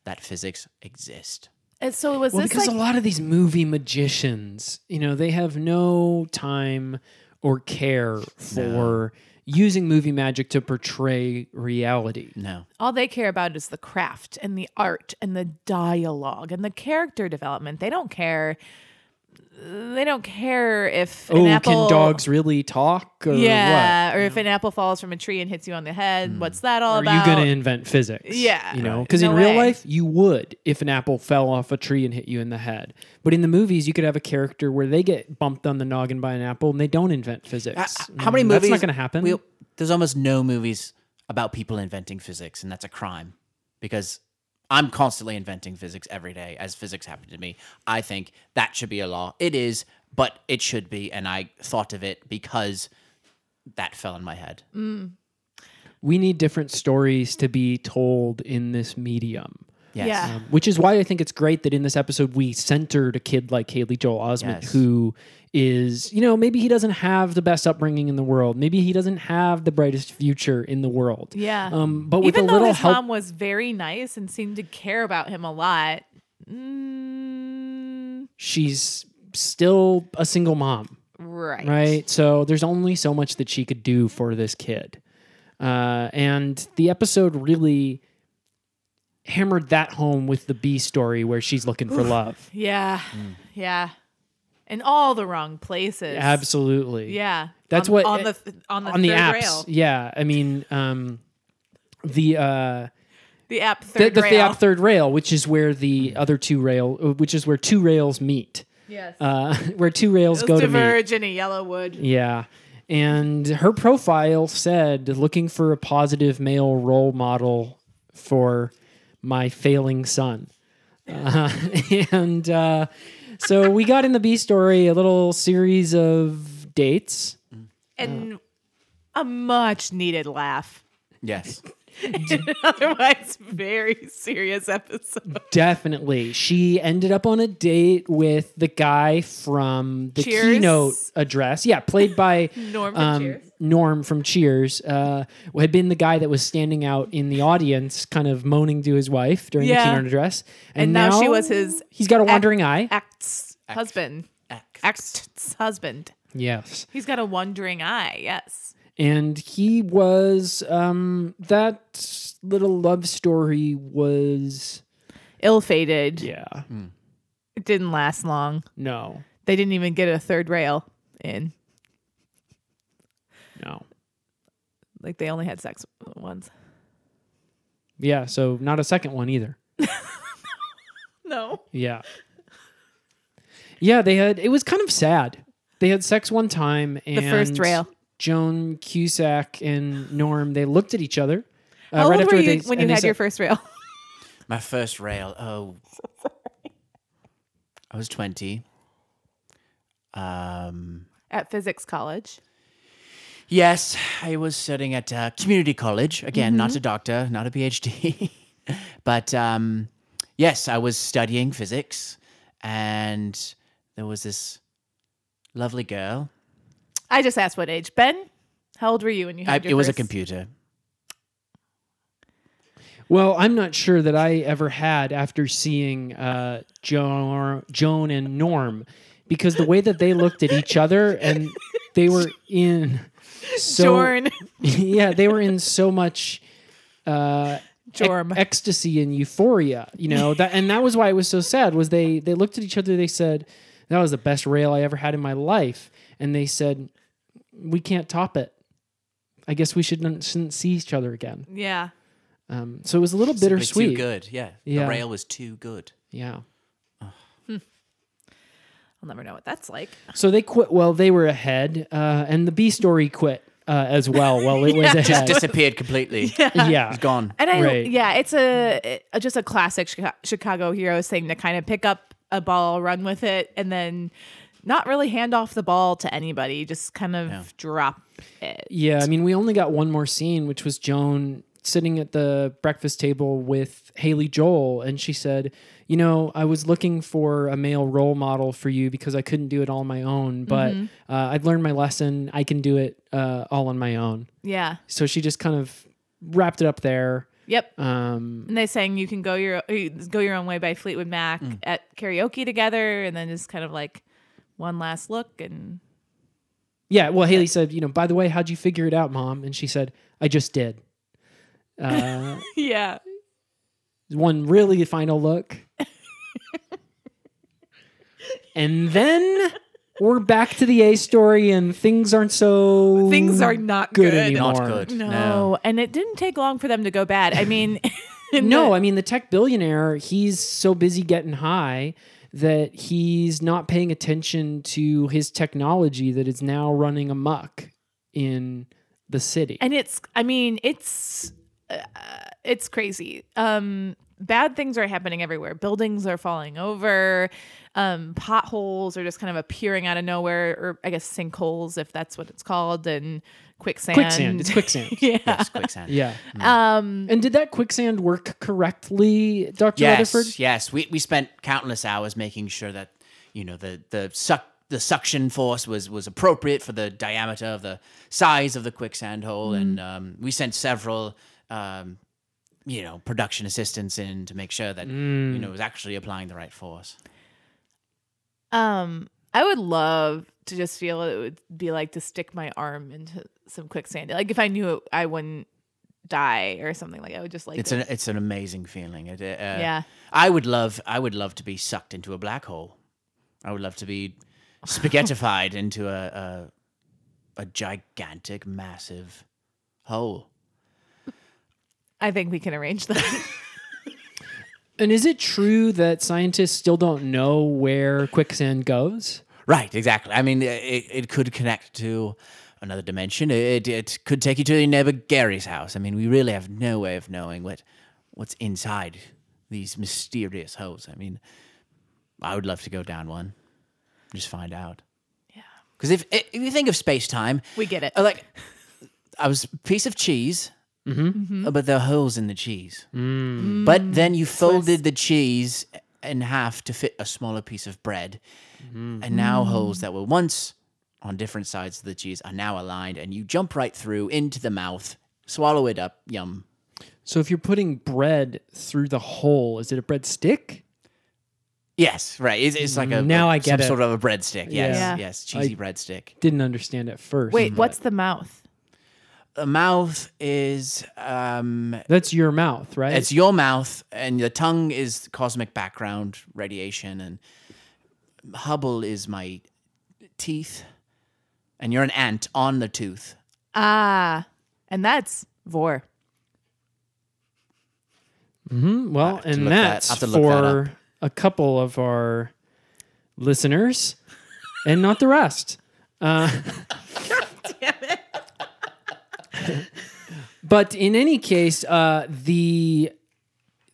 Speaker 5: that physics exist.
Speaker 2: and so was
Speaker 1: Well,
Speaker 2: this
Speaker 1: because
Speaker 2: like
Speaker 1: a lot of these movie magicians, you know, they have no time or care for using movie magic to portray reality.
Speaker 5: No.
Speaker 2: All they care about is the craft and the art and the dialogue and the character development. They don't care. They don't care if
Speaker 1: oh,
Speaker 2: an apple
Speaker 1: can dogs really talk? Or
Speaker 2: yeah, or if an apple falls from a tree and hits you on the head. What's that all
Speaker 1: what? Are
Speaker 2: about?
Speaker 1: you going to invent physics?
Speaker 2: Yeah.
Speaker 1: You know,
Speaker 2: Right.
Speaker 1: because in
Speaker 2: No
Speaker 1: real
Speaker 2: way.
Speaker 1: life, you would if an apple fell off a tree and hit you in the head. But in the movies, you could have a character where they get bumped on the noggin by an apple and they don't invent physics.
Speaker 5: Uh, How many
Speaker 1: Mm,
Speaker 5: movies?
Speaker 1: That's not going to happen.
Speaker 5: we- there's almost no movies about people inventing physics, and that's a crime because I'm constantly inventing physics every day as physics happened to me. I think that should be a law. It is, but it should be, and I thought of it because that fell in my head.
Speaker 1: we need different stories to be told in this medium.
Speaker 5: Yes.
Speaker 2: Yeah.
Speaker 1: Um, which is why I think it's great that in this episode we centered a kid like Haley Joel Osment,
Speaker 5: Yes.
Speaker 1: who is, you know, maybe he doesn't have the best upbringing in the world, maybe he doesn't have the brightest future in the world.
Speaker 2: Yeah.
Speaker 1: Um, but with
Speaker 2: Even
Speaker 1: a
Speaker 2: though
Speaker 1: little
Speaker 2: his
Speaker 1: help,
Speaker 2: mom was very nice and seemed to care about him a lot. Mm,
Speaker 1: she's still a single mom,
Speaker 2: right.
Speaker 1: right? So there's only so much that she could do for this kid, uh, and the episode really hammered that home with the B story where she's looking for love.
Speaker 2: Yeah.
Speaker 1: Hmm.
Speaker 2: Yeah. In all the wrong places.
Speaker 1: Absolutely.
Speaker 2: Yeah.
Speaker 1: That's
Speaker 2: on,
Speaker 1: what-
Speaker 2: on the th- on the
Speaker 1: On the
Speaker 2: third
Speaker 1: apps.
Speaker 2: rail.
Speaker 1: Yeah. I mean, um, the uh
Speaker 2: The app
Speaker 1: the,
Speaker 2: third
Speaker 1: the, the
Speaker 2: rail.
Speaker 1: app third rail, which is where the other two rail uh, which is where two rails meet.
Speaker 2: yes.
Speaker 1: Uh where two rails
Speaker 2: Those
Speaker 1: go to meet.
Speaker 2: diverge in a yellow wood.
Speaker 1: Yeah. And her profile said looking for a positive male role model for my failing son. Uh, and uh, so we got in the B story a little series of dates.
Speaker 2: And a much needed laugh.
Speaker 5: Yes.
Speaker 2: Otherwise, very serious episode.
Speaker 1: Definitely. She ended up on a date with the guy from the
Speaker 2: Cheers.
Speaker 1: keynote address. Yeah, played by um,
Speaker 2: Norm from Cheers.
Speaker 1: Norm from Cheers. Uh, who had been the guy that was standing out in the audience, kind of moaning to his wife during
Speaker 2: Yeah.
Speaker 1: the keynote address.
Speaker 2: And now she was his
Speaker 1: He's got a wandering eye.
Speaker 2: Act's husband.
Speaker 5: Act.
Speaker 2: Act's husband.
Speaker 1: yes.
Speaker 2: He's got a wandering eye. Yes.
Speaker 1: And he was, um, that little love story was,
Speaker 2: Ill fated.
Speaker 1: yeah,
Speaker 2: It didn't last long.
Speaker 1: no,
Speaker 2: They didn't even get a third rail in.
Speaker 1: no.
Speaker 2: Like they only had sex once.
Speaker 1: Yeah, so not a second one either.
Speaker 2: No.
Speaker 1: Yeah. Yeah, they had it was kind of sad. They had sex one time and
Speaker 2: first rail.
Speaker 1: Joan Cusack and Norm, they looked at each other. Uh,
Speaker 2: How old were you
Speaker 1: they-
Speaker 2: when you
Speaker 1: and they
Speaker 2: had your
Speaker 1: said-
Speaker 2: first rail?
Speaker 5: My first rail. Oh, I was 20. Um,
Speaker 2: At physics college.
Speaker 5: Yes, I was studying at uh, community college. Again,
Speaker 1: Mm-hmm.
Speaker 5: not a doctor, not a PhD. but um, yes, I was studying physics. And there was this lovely girl.
Speaker 2: I just asked what age. Ben, how old were you when you
Speaker 5: I,
Speaker 2: had your
Speaker 5: it was a
Speaker 2: first-
Speaker 5: computer.
Speaker 1: Well, I'm not sure that I ever had after seeing uh, Joan, Joan and Norm because the way that they looked at each other and they were in so
Speaker 2: Jorn.
Speaker 1: yeah, they were in so much uh, ec-
Speaker 2: Jorm.
Speaker 1: ecstasy and euphoria, you know that, and that was why it was so sad. Was they they looked at each other, they said, "That was the best rail I ever had in my life," and they said, "We can't top it." I guess we shouldn't shouldn't see each other again.
Speaker 2: yeah.
Speaker 1: Um, so it was a little
Speaker 5: Simply Too
Speaker 1: bittersweet.
Speaker 5: good. Yeah.
Speaker 1: Yeah.
Speaker 5: The rail was too good.
Speaker 1: Yeah.
Speaker 2: I'll never know what that's like.
Speaker 1: So they quit. Well, they were ahead, uh, and the B story quit uh, as well. Well, it was
Speaker 5: Just
Speaker 1: ahead.
Speaker 5: disappeared completely.
Speaker 1: yeah.
Speaker 5: It's gone.
Speaker 2: And I,
Speaker 1: Right.
Speaker 2: yeah, it's a, it- just a classic Chica- Chicago heroes thing to kind of pick up a ball, run with it, and then not really hand off the ball to anybody. Just kind of drop it.
Speaker 1: Yeah, I mean, we only got one more scene, which was Joan sitting at the breakfast table with Haley Joel, and she said, "You know, I was looking for a male role model for you because I couldn't do it all on my own, but uh, I've learned my lesson. I can do it uh, all on my own."
Speaker 2: Yeah.
Speaker 1: So she just kind of wrapped it up there.
Speaker 2: Yep.
Speaker 1: Um,
Speaker 2: and they sang "You Can Go Your Go Your Own Way" by Fleetwood Mac
Speaker 1: Mm.
Speaker 2: at karaoke together, and then just kind of like one last look and
Speaker 1: Yeah, well, Haley said, you know, by the way, how'd you figure it out, mom? And she said, I just did. Uh,
Speaker 2: yeah.
Speaker 1: one really final look. and then we're back to the A story, and things aren't so
Speaker 2: Things are not
Speaker 1: good,
Speaker 2: good.
Speaker 1: anymore.
Speaker 5: Not good.
Speaker 2: No. And it didn't take long for them to go bad. I mean, in
Speaker 1: No,
Speaker 2: the-
Speaker 1: I mean the tech billionaire, he's so busy getting high that he's not paying attention to his technology that is now running amok in the city.
Speaker 2: and it's i mean it's uh, it's crazy um bad things are happening everywhere buildings are falling over um potholes are just kind of appearing out of nowhere or i guess sinkholes if that's what it's called and quicksand
Speaker 1: quicksand. It's quicksand.
Speaker 2: yeah
Speaker 5: Yes, quicksand.
Speaker 1: yeah.
Speaker 2: um
Speaker 1: And did that quicksand work correctly, Dr.
Speaker 5: Yes,
Speaker 1: Rutherford?
Speaker 5: yes. We we spent countless hours making sure that you know the the suck the suction force was was appropriate for the diameter of the size of the quicksand hole, and um, we sent several. Um, you know, production assistants in to make sure that you know it was actually applying the right force.
Speaker 2: um i would love to just feel what it would be like to stick my arm into some quicksand like if i knew it, i wouldn't die or something like i would just like
Speaker 5: It's
Speaker 2: to-
Speaker 5: an it's an amazing feeling. It, uh,
Speaker 2: Yeah.
Speaker 5: I would love I would love to be sucked into a black hole. I would love to be spaghettified into a, a a gigantic, massive hole.
Speaker 2: i think we can arrange that
Speaker 1: And is it true that scientists still don't know where quicksand goes?
Speaker 5: Right, exactly. I mean, it, it could connect to another dimension. It, it could take you to your neighbor Gary's house. I mean, we really have no way of knowing what what's inside these mysterious holes. I mean, I would love to go down one, just find out. Yeah. Because if, if you think of space time,
Speaker 2: we get it
Speaker 5: uh, like I was a piece of cheese,
Speaker 1: Mm-hmm.
Speaker 5: uh, but there are holes in the cheese.
Speaker 1: Mm.
Speaker 5: But then you folded the cheese in half to fit a smaller piece of bread,
Speaker 1: Mm-hmm.
Speaker 5: and now holes that were once on different sides of the cheese are now aligned, and you jump right through into the mouth, swallow it up, yum.
Speaker 1: So if you're putting bread through the hole, is it a bread stick?
Speaker 5: Yes, right. It's, it's like a
Speaker 1: Now
Speaker 5: I
Speaker 1: I get
Speaker 5: some
Speaker 1: it.
Speaker 5: sort of a breadstick. Yes,
Speaker 2: Yeah.
Speaker 5: yes, cheesy breadstick.
Speaker 1: Didn't understand at first.
Speaker 2: wait
Speaker 1: but
Speaker 2: what's the mouth
Speaker 5: The mouth is um,
Speaker 1: that's your mouth, right?
Speaker 5: It's your mouth, and the tongue is cosmic background radiation, and Hubble is my teeth, and you're an ant on the tooth.
Speaker 2: Ah, and that's Vor.
Speaker 1: well, and
Speaker 5: look that-
Speaker 1: that's
Speaker 5: I have to look that
Speaker 1: for a couple of our listeners, and not the rest. But in any case, uh, the,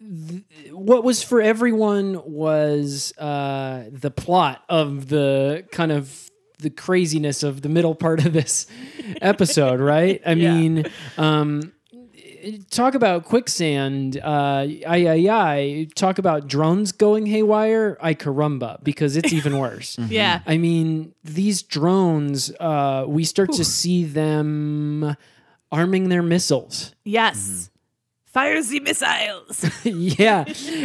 Speaker 1: th- what was for everyone was uh, the plot of the kind of the craziness of the middle part of this episode, right? I mean, um, talk about quicksand, uh, ay ay ay. Talk about drones going haywire, ay carumba, because it's even worse.
Speaker 2: Yeah.
Speaker 1: I mean, these drones, uh, we start to see them arming their missiles.
Speaker 2: Yes. Fires the missiles.
Speaker 1: yeah.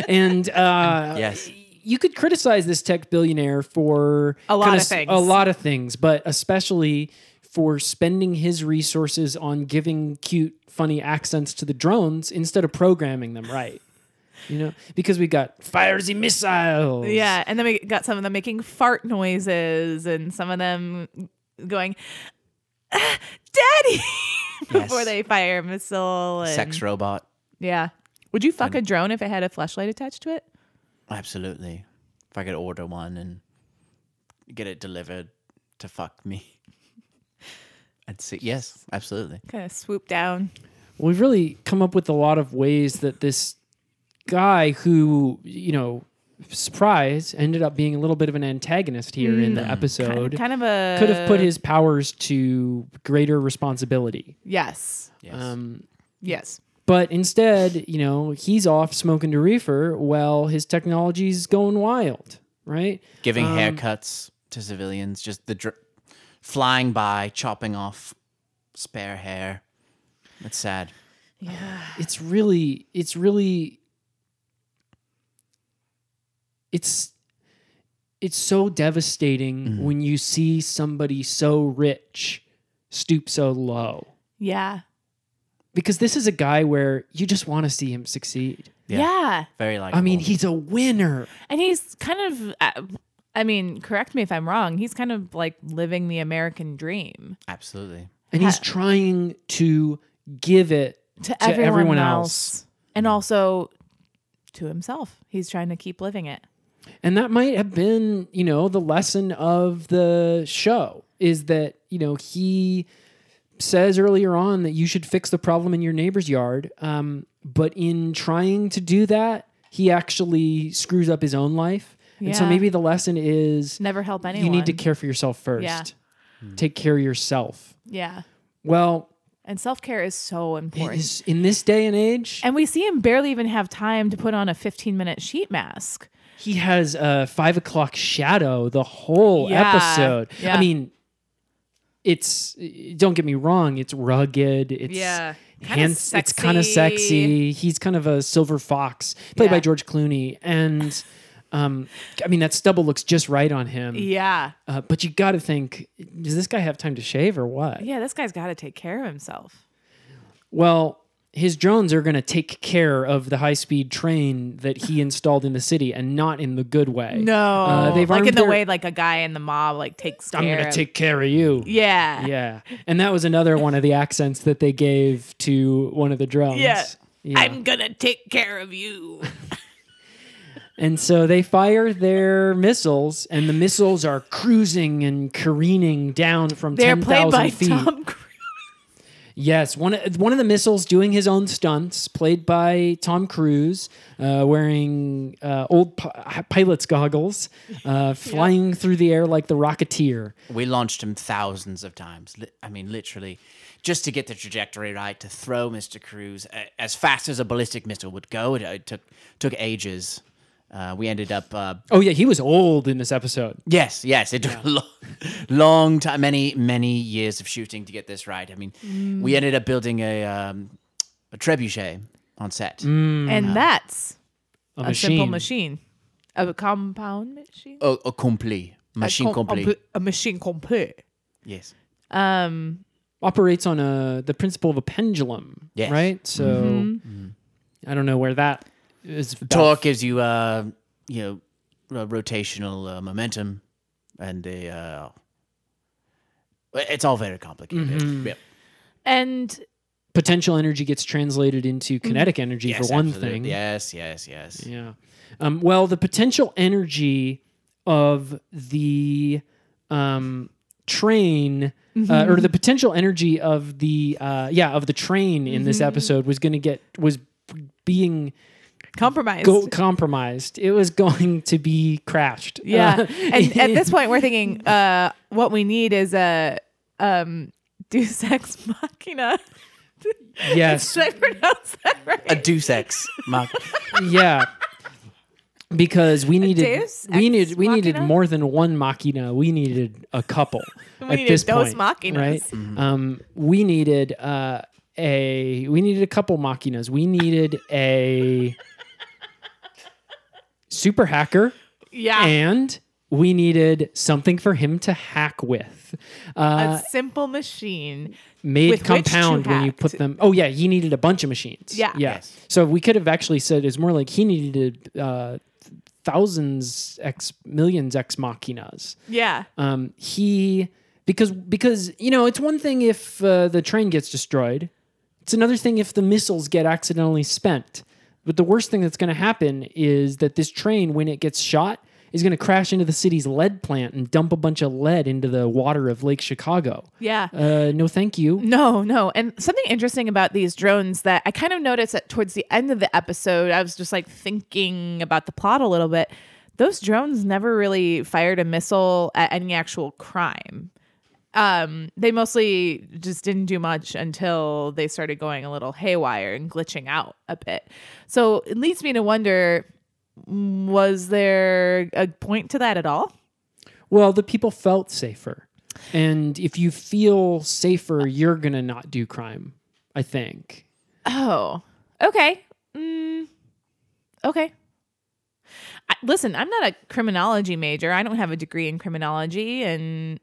Speaker 1: And uh,
Speaker 5: Yes.
Speaker 1: you could criticize this tech billionaire for
Speaker 2: A lot
Speaker 1: kinda
Speaker 2: of
Speaker 1: s-
Speaker 2: things.
Speaker 1: A lot of things, but especially for spending his resources on giving cute, funny accents to the drones instead of programming them right. You know, because we got fires the missiles.
Speaker 2: yeah. And then we got some of them making fart noises and some of them going, "Ah, Daddy, before
Speaker 5: Yes.
Speaker 2: they fire a missile. And,
Speaker 5: Sex robot,
Speaker 2: Yeah. Would you fuck a drone if it had a flashlight attached to it?
Speaker 5: absolutely. If I could order one and get it delivered to fuck me, I'd say yes, absolutely.
Speaker 2: Kind of swoop down.
Speaker 1: we've really come up with a lot of ways that this guy who you know surprise ended up being a little bit of an antagonist here in the episode
Speaker 2: Hmm. Kind of a.
Speaker 1: could have put his powers to greater responsibility
Speaker 2: Yes.
Speaker 5: Yes.
Speaker 2: Yes.
Speaker 1: but instead you know he's off smoking to reefer while his technology's going wild right
Speaker 5: Giving haircuts to civilians, just the dr- flying by, chopping off spare hair. That's sad.
Speaker 1: it's really it's really it's it's so devastating when you see somebody so rich stoop so low.
Speaker 2: Yeah.
Speaker 1: Because this is a guy where you just want to see him succeed.
Speaker 2: Yeah.
Speaker 5: Very like.
Speaker 1: I mean, he's a winner.
Speaker 2: And he's kind of, uh, I mean, correct me if I'm wrong, he's kind of like living the American dream
Speaker 5: absolutely.
Speaker 1: And he's trying to give it
Speaker 2: to,
Speaker 1: to,
Speaker 2: everyone,
Speaker 1: everyone else.
Speaker 2: else. And also to himself. He's trying to keep living it.
Speaker 1: And that might have been, you know, the lesson of the show is that, you know, he says earlier on that you should fix the problem in your neighbor's yard. Um, but in trying to do that, he actually screws up his own life. And so
Speaker 2: Yeah.
Speaker 1: maybe the lesson is
Speaker 2: Never help anyone.
Speaker 1: you need to care for yourself first.
Speaker 2: Yeah.
Speaker 1: Take care of yourself.
Speaker 2: Yeah.
Speaker 1: Well,
Speaker 2: And self care is so important.
Speaker 1: it is, in this day and age,
Speaker 2: And we see him barely even have time to put on a 15 minute sheet mask.
Speaker 1: he has a five o'clock shadow the whole
Speaker 2: Yeah,
Speaker 1: episode.
Speaker 2: yeah.
Speaker 1: I mean, it's don't get me wrong, it's rugged. It's
Speaker 2: Yeah, kinda
Speaker 1: hands- it's kind of
Speaker 2: sexy.
Speaker 1: sexy. He's kind of a silver fox played
Speaker 2: Yeah.
Speaker 1: by George Clooney, and um, I mean that stubble looks just right on him.
Speaker 2: Yeah.
Speaker 1: Uh, but you got to think, does this guy have time to shave or what?
Speaker 2: Yeah, this guy's got to take care of himself.
Speaker 1: Well. His drones are going to take care of the high speed train that he installed in the city and not in the good way.
Speaker 2: No.
Speaker 1: Uh, they've
Speaker 2: like
Speaker 1: armed
Speaker 2: in the
Speaker 1: their-
Speaker 2: way like a guy in the mob like takes
Speaker 1: I'm
Speaker 2: care
Speaker 1: going to
Speaker 2: of-
Speaker 1: take care of you.
Speaker 2: Yeah.
Speaker 1: Yeah. And that was another one of the accents that they gave to one of the drums.
Speaker 2: Yeah.
Speaker 1: Yeah.
Speaker 2: I'm going to take care of you.
Speaker 1: and so they fire their missiles, and the missiles are cruising and careening down from
Speaker 2: They're played by
Speaker 1: 10,000 feet.
Speaker 2: Tom Cruise.
Speaker 1: Yes, one of, one of the missiles doing his own stunts, played by Tom Cruise, uh, wearing uh, old pi- pilot's goggles, uh, flying through the air like the Rocketeer.
Speaker 5: We launched him thousands of times. Li- I mean, literally, just to get the trajectory right, to throw Mr. Cruz a- as fast as a ballistic missile would go. It, it took took ages. Uh, we ended up. Uh,
Speaker 1: Oh yeah, he was old in this episode.
Speaker 5: yes, yes, it took a long, long time, many many years of shooting to get this right. I mean,
Speaker 2: Mm.
Speaker 5: we ended up building a um, a trebuchet on set.
Speaker 2: Mm.
Speaker 1: Mm.
Speaker 2: And that's
Speaker 1: A,
Speaker 2: a simple machine. A compound machine?
Speaker 5: A, a complet, machine
Speaker 2: Com-
Speaker 5: complet.
Speaker 2: compl- A machine complete.
Speaker 5: Yes.
Speaker 2: Um,
Speaker 1: operates on a the principle of a pendulum,
Speaker 5: Yes.
Speaker 1: right? So I don't know where that is. about.
Speaker 5: Torque gives you, uh, you know, uh, rotational uh, momentum, and the uh, it's all very complicated.
Speaker 2: Mm-hmm.
Speaker 5: Yep.
Speaker 2: and
Speaker 1: Potential energy gets translated into kinetic energy
Speaker 5: Yes,
Speaker 1: for one
Speaker 5: absolutely.
Speaker 1: thing.
Speaker 5: Yes, yes, yes.
Speaker 1: Yeah. Um, well, the potential energy of the um, train, uh, or the potential energy of the uh, yeah of the train in this episode was going to get was being
Speaker 2: compromised.
Speaker 1: go- compromised. It was going to be crashed.
Speaker 2: Yeah.
Speaker 1: Uh,
Speaker 2: and at this point, we're thinking uh, what we need is a um, Deus Ex Machina.
Speaker 1: yes,
Speaker 2: Did I pronounce that right?
Speaker 5: A Deus Ex, Mark.
Speaker 1: yeah. Because we needed
Speaker 2: deus
Speaker 1: we
Speaker 2: ex
Speaker 1: needed we needed
Speaker 2: machina?
Speaker 1: more than one machina. We needed a couple. at
Speaker 2: needed
Speaker 1: this
Speaker 2: dos
Speaker 1: point,
Speaker 2: machinas. Mm-hmm.
Speaker 1: right? Um, we needed uh, a we needed a couple machinas. We needed a super hacker,
Speaker 2: yeah.
Speaker 1: and we needed something for him to hack with.
Speaker 2: a
Speaker 1: Uh,
Speaker 2: simple machine.
Speaker 1: made
Speaker 2: with which to
Speaker 1: compound when you
Speaker 2: hack
Speaker 1: put
Speaker 2: to-
Speaker 1: them. Oh yeah, he needed a bunch of machines.
Speaker 2: Yeah.
Speaker 1: yeah.
Speaker 5: Yes.
Speaker 1: So we could have actually said it's more like he needed uh, thousands ex millions ex machinas.
Speaker 2: Yeah.
Speaker 1: Um, he because because you know it's one thing if uh, the train gets destroyed, it's another thing if the missiles get accidentally spent. But the worst thing that's going to happen is that this train, when it gets shot, is going to crash into the city's lead plant and dump a bunch of lead into the water of Lake Chicago.
Speaker 2: Yeah.
Speaker 1: Uh, no, thank you.
Speaker 2: No, no. And something interesting about these drones that I kind of noticed that towards the end of the episode, I was just like thinking about the plot a little bit. Those drones never really fired a missile at any actual crime. Um, they mostly just didn't do much until they started going a little haywire and glitching out a bit. So it leads me to wonder mm, was there a point to that at all?
Speaker 1: Well, the people felt safer. And if you feel safer, you're going to not do crime, I think.
Speaker 2: Oh, okay. Mm, okay. I, listen, I'm not a criminology major. I don't have a degree in criminology, and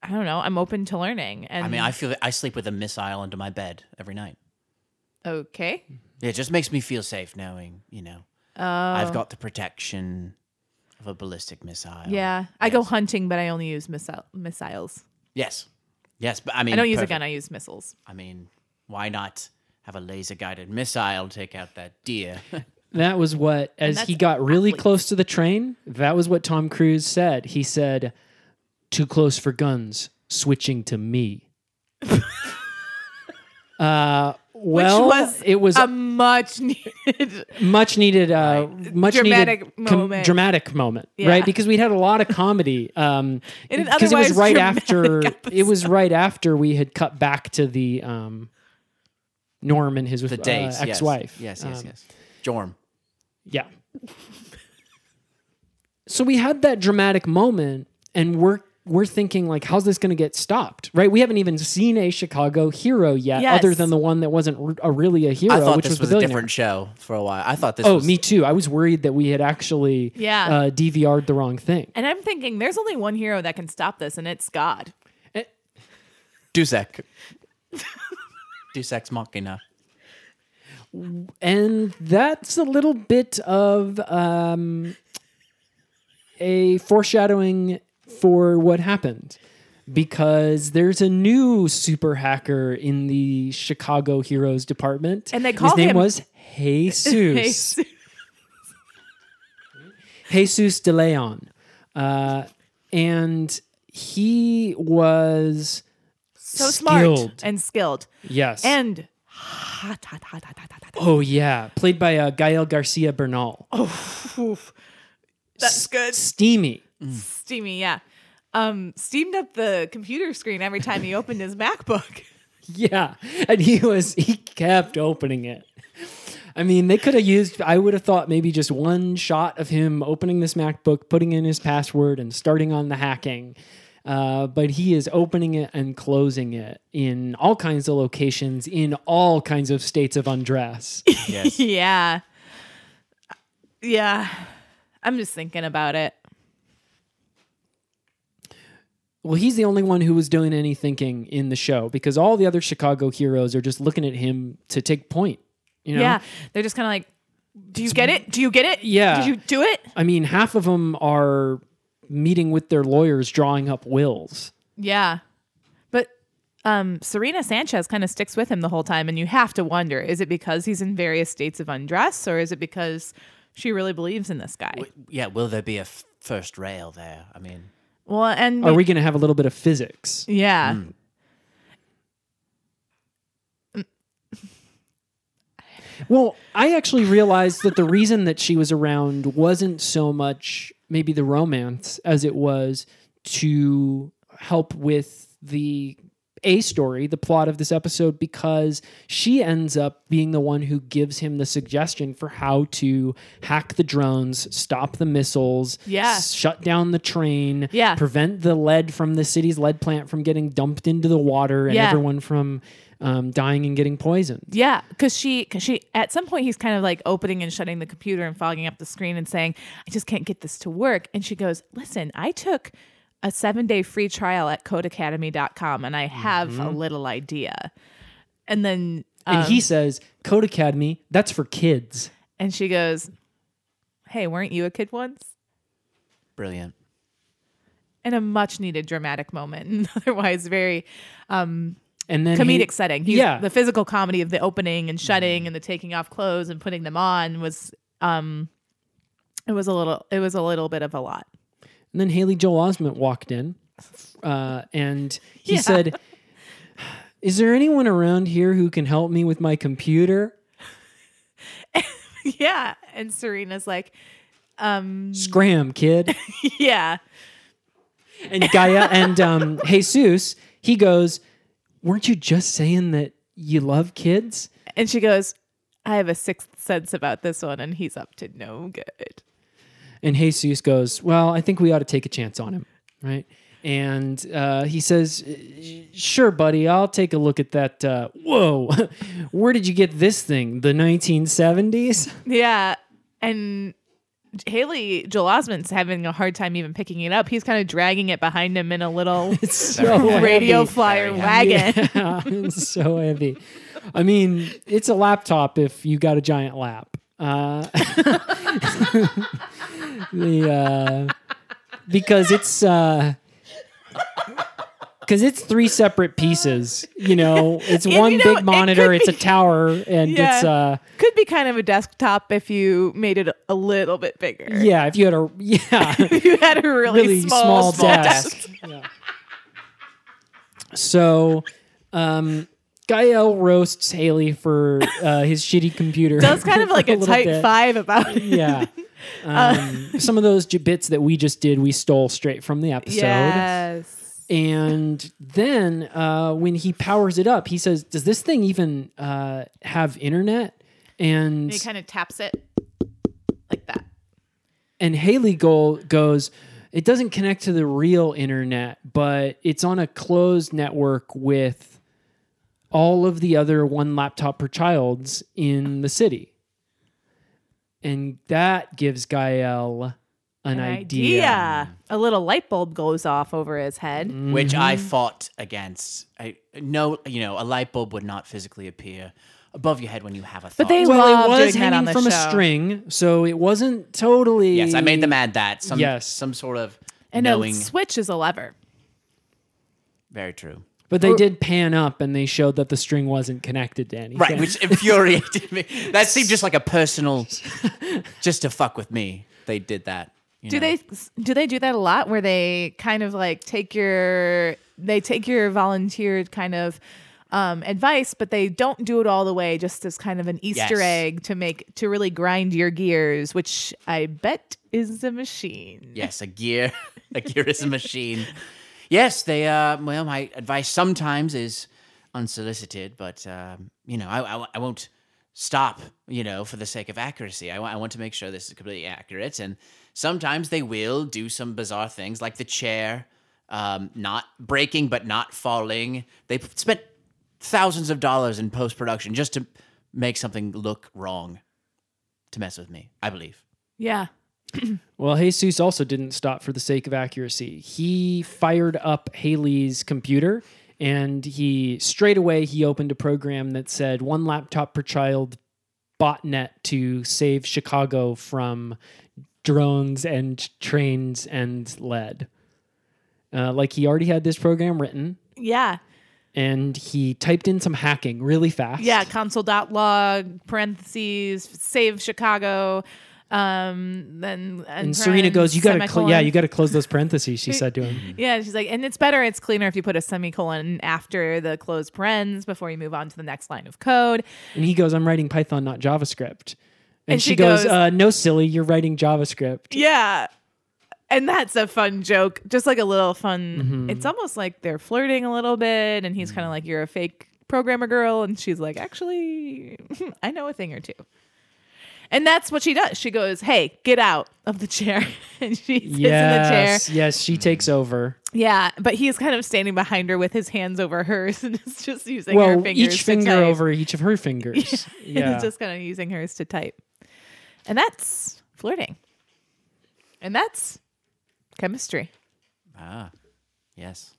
Speaker 2: I don't know. I'm open to learning. And
Speaker 5: I mean, I feel I sleep with a missile under my bed every night.
Speaker 2: okay,
Speaker 1: Mm-hmm.
Speaker 5: It just makes me feel safe knowing, you know,
Speaker 2: Oh.
Speaker 5: I've got the protection of a ballistic missile.
Speaker 2: yeah, I go hunting, but I only use missi- missiles.
Speaker 5: Yes. Yes, but I mean,
Speaker 2: I don't use
Speaker 5: perfect.
Speaker 2: a gun. I use missiles.
Speaker 5: I mean, why not have a laser guided missile take out that deer?
Speaker 1: That was what, as
Speaker 2: that's
Speaker 1: he got really
Speaker 2: athletes.
Speaker 1: close to the train, that was what Tom Cruise said. He said, Too close for guns, switching to me. uh, well,
Speaker 2: was
Speaker 1: it was
Speaker 2: A much needed.
Speaker 1: much needed, uh, much
Speaker 2: Dramatic
Speaker 1: needed
Speaker 2: moment.
Speaker 1: dramatic moment,
Speaker 2: Yeah.
Speaker 1: right? Because we'd had a lot of comedy, um,
Speaker 2: In an
Speaker 1: because it was
Speaker 2: otherwise
Speaker 1: right
Speaker 2: dramatic
Speaker 1: after it was
Speaker 2: episode.
Speaker 1: right after we had cut back to the um, Norm and his
Speaker 5: The date.
Speaker 1: uh, ex-wife,
Speaker 5: Yes, yes, yes.
Speaker 1: Um,
Speaker 5: yes. Jorm.
Speaker 1: yeah. so we had that dramatic moment and we're we're thinking like how's this going to get stopped? Right? We haven't even seen a Chicago hero yet
Speaker 2: Yes.
Speaker 1: other than the one that wasn't r- a really a hero
Speaker 5: I thought
Speaker 1: which
Speaker 5: this
Speaker 1: was,
Speaker 5: was
Speaker 1: the
Speaker 5: a
Speaker 1: billionaire.
Speaker 5: different show for a while. I thought this
Speaker 1: Oh,
Speaker 5: was
Speaker 1: me too. I was worried that we had actually
Speaker 2: Yeah.
Speaker 1: uh, DVR'd the wrong thing.
Speaker 2: And I'm thinking, there's only one hero that can stop this, and it's God.
Speaker 5: Dusek. Dusek Machina.
Speaker 1: And that's a little bit of um, a foreshadowing for what happened because there's a new super hacker in the Chicago Heroes department.
Speaker 2: And they
Speaker 1: His
Speaker 2: call
Speaker 1: name
Speaker 2: him-
Speaker 1: was Jesus. Jesus de Leon. Uh, and he was,
Speaker 2: so
Speaker 1: Skilled.
Speaker 2: smart and skilled
Speaker 1: yes.
Speaker 2: and hot, hot, hot, hot, hot, hot, hot.
Speaker 1: oh, yeah, played by uh, Gael Garcia Bernal.
Speaker 2: Oof. That's good.
Speaker 1: Steamy.
Speaker 2: Steamy, yeah. Um, steamed up the computer screen every time he opened his MacBook.
Speaker 1: Yeah, and he was he kept opening it. I mean, they could have used. I would have thought maybe just one shot of him opening this MacBook, putting in his password, and starting on the hacking. Uh, but he is opening it and closing it in all kinds of locations, in all kinds of states of undress.
Speaker 5: Yes.
Speaker 2: yeah. Yeah. I'm just thinking about it.
Speaker 1: well, he's the only one who was doing any thinking in the show because all the other Chicago heroes are just looking at him to take point. You know?
Speaker 2: Yeah. They're just kind of like, do you get it? Do you get it?
Speaker 1: Yeah.
Speaker 2: Did you do it?
Speaker 1: I mean, half of them are meeting with their lawyers, drawing up wills.
Speaker 2: Yeah. But um, Serena Sanchez kind of sticks with him the whole time. And you have to wonder is it because he's in various states of undress or is it because she really believes in this guy?
Speaker 5: Yeah, will there be a f- first rail there? I mean,
Speaker 2: Well, and
Speaker 1: Are we going to have a little bit of physics?
Speaker 2: Yeah.
Speaker 1: Well, I actually realized that the reason that she was around wasn't so much maybe the romance as it was to help with the A story, the plot of this episode, because she ends up being the one who gives him the suggestion for how to hack the drones, stop the missiles,
Speaker 2: Yeah.
Speaker 1: s- shut down the train,
Speaker 2: Yeah.
Speaker 1: prevent the lead from the city's lead plant from getting dumped into the water and
Speaker 2: Yeah.
Speaker 1: everyone from um, dying and getting poisoned.
Speaker 2: Yeah, because she, cause she, at some point, he's kind of like opening and shutting the computer and fogging up the screen and saying, "I just can't get this to work." And she goes, "Listen, I took a seven-day free trial at CodeAcademy.com, and I have a little idea." And then, um,
Speaker 1: and he says, Code Academy, that's for kids.
Speaker 2: and she goes, "Hey, weren't you a kid once?"
Speaker 5: brilliant.
Speaker 2: And a much-needed dramatic moment, and otherwise very
Speaker 1: And then
Speaker 2: comedic
Speaker 1: he-
Speaker 2: setting. He's,
Speaker 1: yeah.
Speaker 2: the physical comedy of the opening and shutting and the taking off clothes and putting them on was um it was a little it was a little bit of a lot.
Speaker 1: and then Haley Joel Osment walked in uh, and he
Speaker 2: Yeah.
Speaker 1: said, Is there anyone around here who can help me with my computer?
Speaker 2: yeah, and Serena's like, um
Speaker 1: Scram, kid.
Speaker 2: yeah.
Speaker 1: And Gaia and um, Jesus, he goes, Weren't you just saying that you love kids?
Speaker 2: And she goes, I have a sixth sense about this one and he's up to no good.
Speaker 1: And Jesus goes, Well, I think we ought to take a chance on him. Right. And uh, he says, Sure, buddy, I'll take a look at that. Uh, whoa, where did you get this thing? The 1970s?
Speaker 2: Yeah. And Haley Joel Osment's having a hard time even picking it up. He's kind of dragging it behind him in a little
Speaker 1: so
Speaker 2: radio
Speaker 1: heavy.
Speaker 2: flyer
Speaker 5: Very
Speaker 2: wagon.
Speaker 1: Yeah, it's so heavy. I mean, it's a laptop if you got a giant lap. Uh, the uh, because it's because it's three separate pieces. You know, it's
Speaker 2: And you
Speaker 1: one
Speaker 2: know, it
Speaker 1: big
Speaker 2: could
Speaker 1: monitor. it's a
Speaker 2: be-
Speaker 1: tower, and
Speaker 2: Yeah.
Speaker 1: it's uh
Speaker 2: Could be kind of a desktop if you made it a little bit bigger.
Speaker 1: yeah. If you had a yeah,
Speaker 2: If you had a really,
Speaker 1: really small,
Speaker 2: small,
Speaker 1: desk. Yeah. So, um, Gael roasts Haley for uh, his shitty computer.
Speaker 2: That's kind of like a, Uh,
Speaker 1: little
Speaker 2: type
Speaker 1: bit.
Speaker 2: five about it.
Speaker 1: Yeah. Um, some of those j- bits that we just did, we stole straight from the episode.
Speaker 2: Yes.
Speaker 1: And then uh, when he powers it up, he says, "Does this thing even uh, have internet?" And
Speaker 2: He kind of taps it like that.
Speaker 1: and Haley Goal goes, it doesn't connect to the real internet, but it's on a closed network with all of the other one laptop per childs in the city. And that gives Gael an, idea. Mm.
Speaker 2: A little light bulb goes off over his head.
Speaker 5: which I
Speaker 1: Mm-hmm.
Speaker 5: fought against. I no, you know, a light bulb would not physically appear above your head when you have a thought.
Speaker 2: they-
Speaker 1: Well,
Speaker 2: Love
Speaker 1: it was
Speaker 2: doing that on
Speaker 1: hanging
Speaker 2: the
Speaker 1: from a
Speaker 2: show.
Speaker 1: string, so it wasn't totally.
Speaker 5: yes, I made them add that. Some,
Speaker 1: Yes.
Speaker 5: some sort of
Speaker 2: And
Speaker 5: knowing.
Speaker 2: a switch is a lever.
Speaker 5: Very true.
Speaker 1: But they did pan up, and they showed that the string wasn't connected to anything.
Speaker 5: Right, which infuriated me. That seemed just like a personal, just to fuck with me. They did that. you
Speaker 2: Do
Speaker 5: know.
Speaker 2: they do they do that a lot where they kind of like take your they take your volunteered kind of um, advice, but they don't do it all the way just as kind of an Easter
Speaker 5: Yes.
Speaker 2: egg to make to really grind your gears, which I bet is a machine.
Speaker 5: Yes, a gear. a gear is a machine. Yes, they. Uh, well, my advice sometimes is unsolicited, but um, you know, I, I, I won't stop. You know, for the sake of accuracy, I wa- I want to make sure this is completely accurate. And sometimes they will do some bizarre things, like the chair um, not breaking but not falling. They p- spent thousands of dollars in post production just to make something look wrong, to mess with me. I believe.
Speaker 2: Yeah.
Speaker 1: Well, Jesus also didn't stop for the sake of accuracy. He fired up Haley's computer and he straight away he opened a program that said one laptop per child botnet to save Chicago from drones and trains and lead. Uh, like he already had this program written
Speaker 2: Yeah.
Speaker 1: and he typed in some hacking really fast.
Speaker 2: Yeah, console.log, parentheses, save Chicago. Um, then
Speaker 1: And Serena goes, "You gotta, cl-
Speaker 2: clean.
Speaker 1: yeah, you gotta close those parentheses." She said to him.
Speaker 2: Yeah, she's like, and it's better, it's cleaner if you put a semicolon after the closed parens before you move on to the next line of code.
Speaker 1: And he goes, I'm writing Python, not JavaScript. And,
Speaker 2: And
Speaker 1: she,
Speaker 2: she
Speaker 1: goes,
Speaker 2: goes-
Speaker 1: uh, No, silly, you're writing JavaScript.
Speaker 2: Yeah. And that's a fun joke, just like a little fun.
Speaker 1: Mm-hmm.
Speaker 2: It's almost like they're flirting a little bit, and he's kind of like, You're a fake programmer girl. And she's like, Actually, I know a thing or two. And that's what she does. She goes, Hey, get out of the chair. and she sits in the chair.
Speaker 1: Yes, yes, she takes over.
Speaker 2: Yeah. But he's kind of standing behind her with his hands over hers and it's just using her
Speaker 1: Well,
Speaker 2: fingers.
Speaker 1: each
Speaker 2: to
Speaker 1: finger
Speaker 2: type.
Speaker 1: over each of her fingers.
Speaker 2: yeah.
Speaker 1: Yeah.
Speaker 2: is just kind of using hers to type. And that's flirting. And that's chemistry.
Speaker 5: Ah, yes.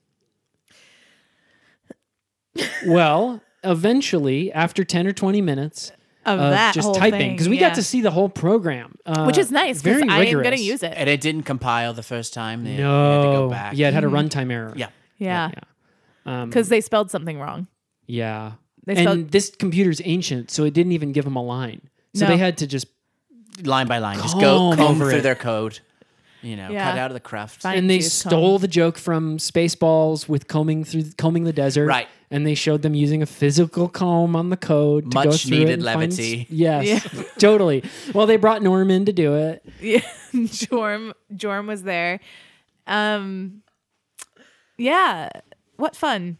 Speaker 1: well, eventually, after 10 or 20 minutes
Speaker 2: Of
Speaker 1: of
Speaker 2: that
Speaker 1: just
Speaker 2: whole
Speaker 1: typing, because we
Speaker 2: thing, yeah.
Speaker 1: got to see the whole program, uh,
Speaker 2: which is nice because
Speaker 1: Very
Speaker 2: I am
Speaker 1: rigorous.
Speaker 2: going to use it.
Speaker 5: And it didn't compile the first time. They had to
Speaker 1: No.
Speaker 5: go back.
Speaker 1: Yeah, it
Speaker 2: Mm-hmm.
Speaker 1: had a runtime error.
Speaker 5: Yeah.
Speaker 2: Yeah,
Speaker 1: Yeah. Um,
Speaker 2: because they spelled something wrong.
Speaker 1: yeah.
Speaker 2: They
Speaker 1: and
Speaker 2: spelled-
Speaker 1: this computer's ancient, so it didn't even give them a line. So
Speaker 2: No.
Speaker 1: they had to just
Speaker 5: Line by line. Just go
Speaker 1: Comb
Speaker 5: comb
Speaker 1: over
Speaker 5: through
Speaker 1: it.
Speaker 5: their code. You know,
Speaker 2: Yeah.
Speaker 5: cut out of the cruft.
Speaker 2: Fine.
Speaker 1: and they
Speaker 2: Juice Comb.
Speaker 1: stole the joke from Spaceballs with combing through combing the desert,
Speaker 5: Right.
Speaker 1: And they showed them using a physical comb on the code to go
Speaker 5: Much
Speaker 1: through it
Speaker 5: needed
Speaker 1: and find s-
Speaker 5: levity.
Speaker 1: yes, totally. Well, they brought Norm in to do it.
Speaker 2: Yeah, Jorm Jorm was there. Um, yeah, what fun.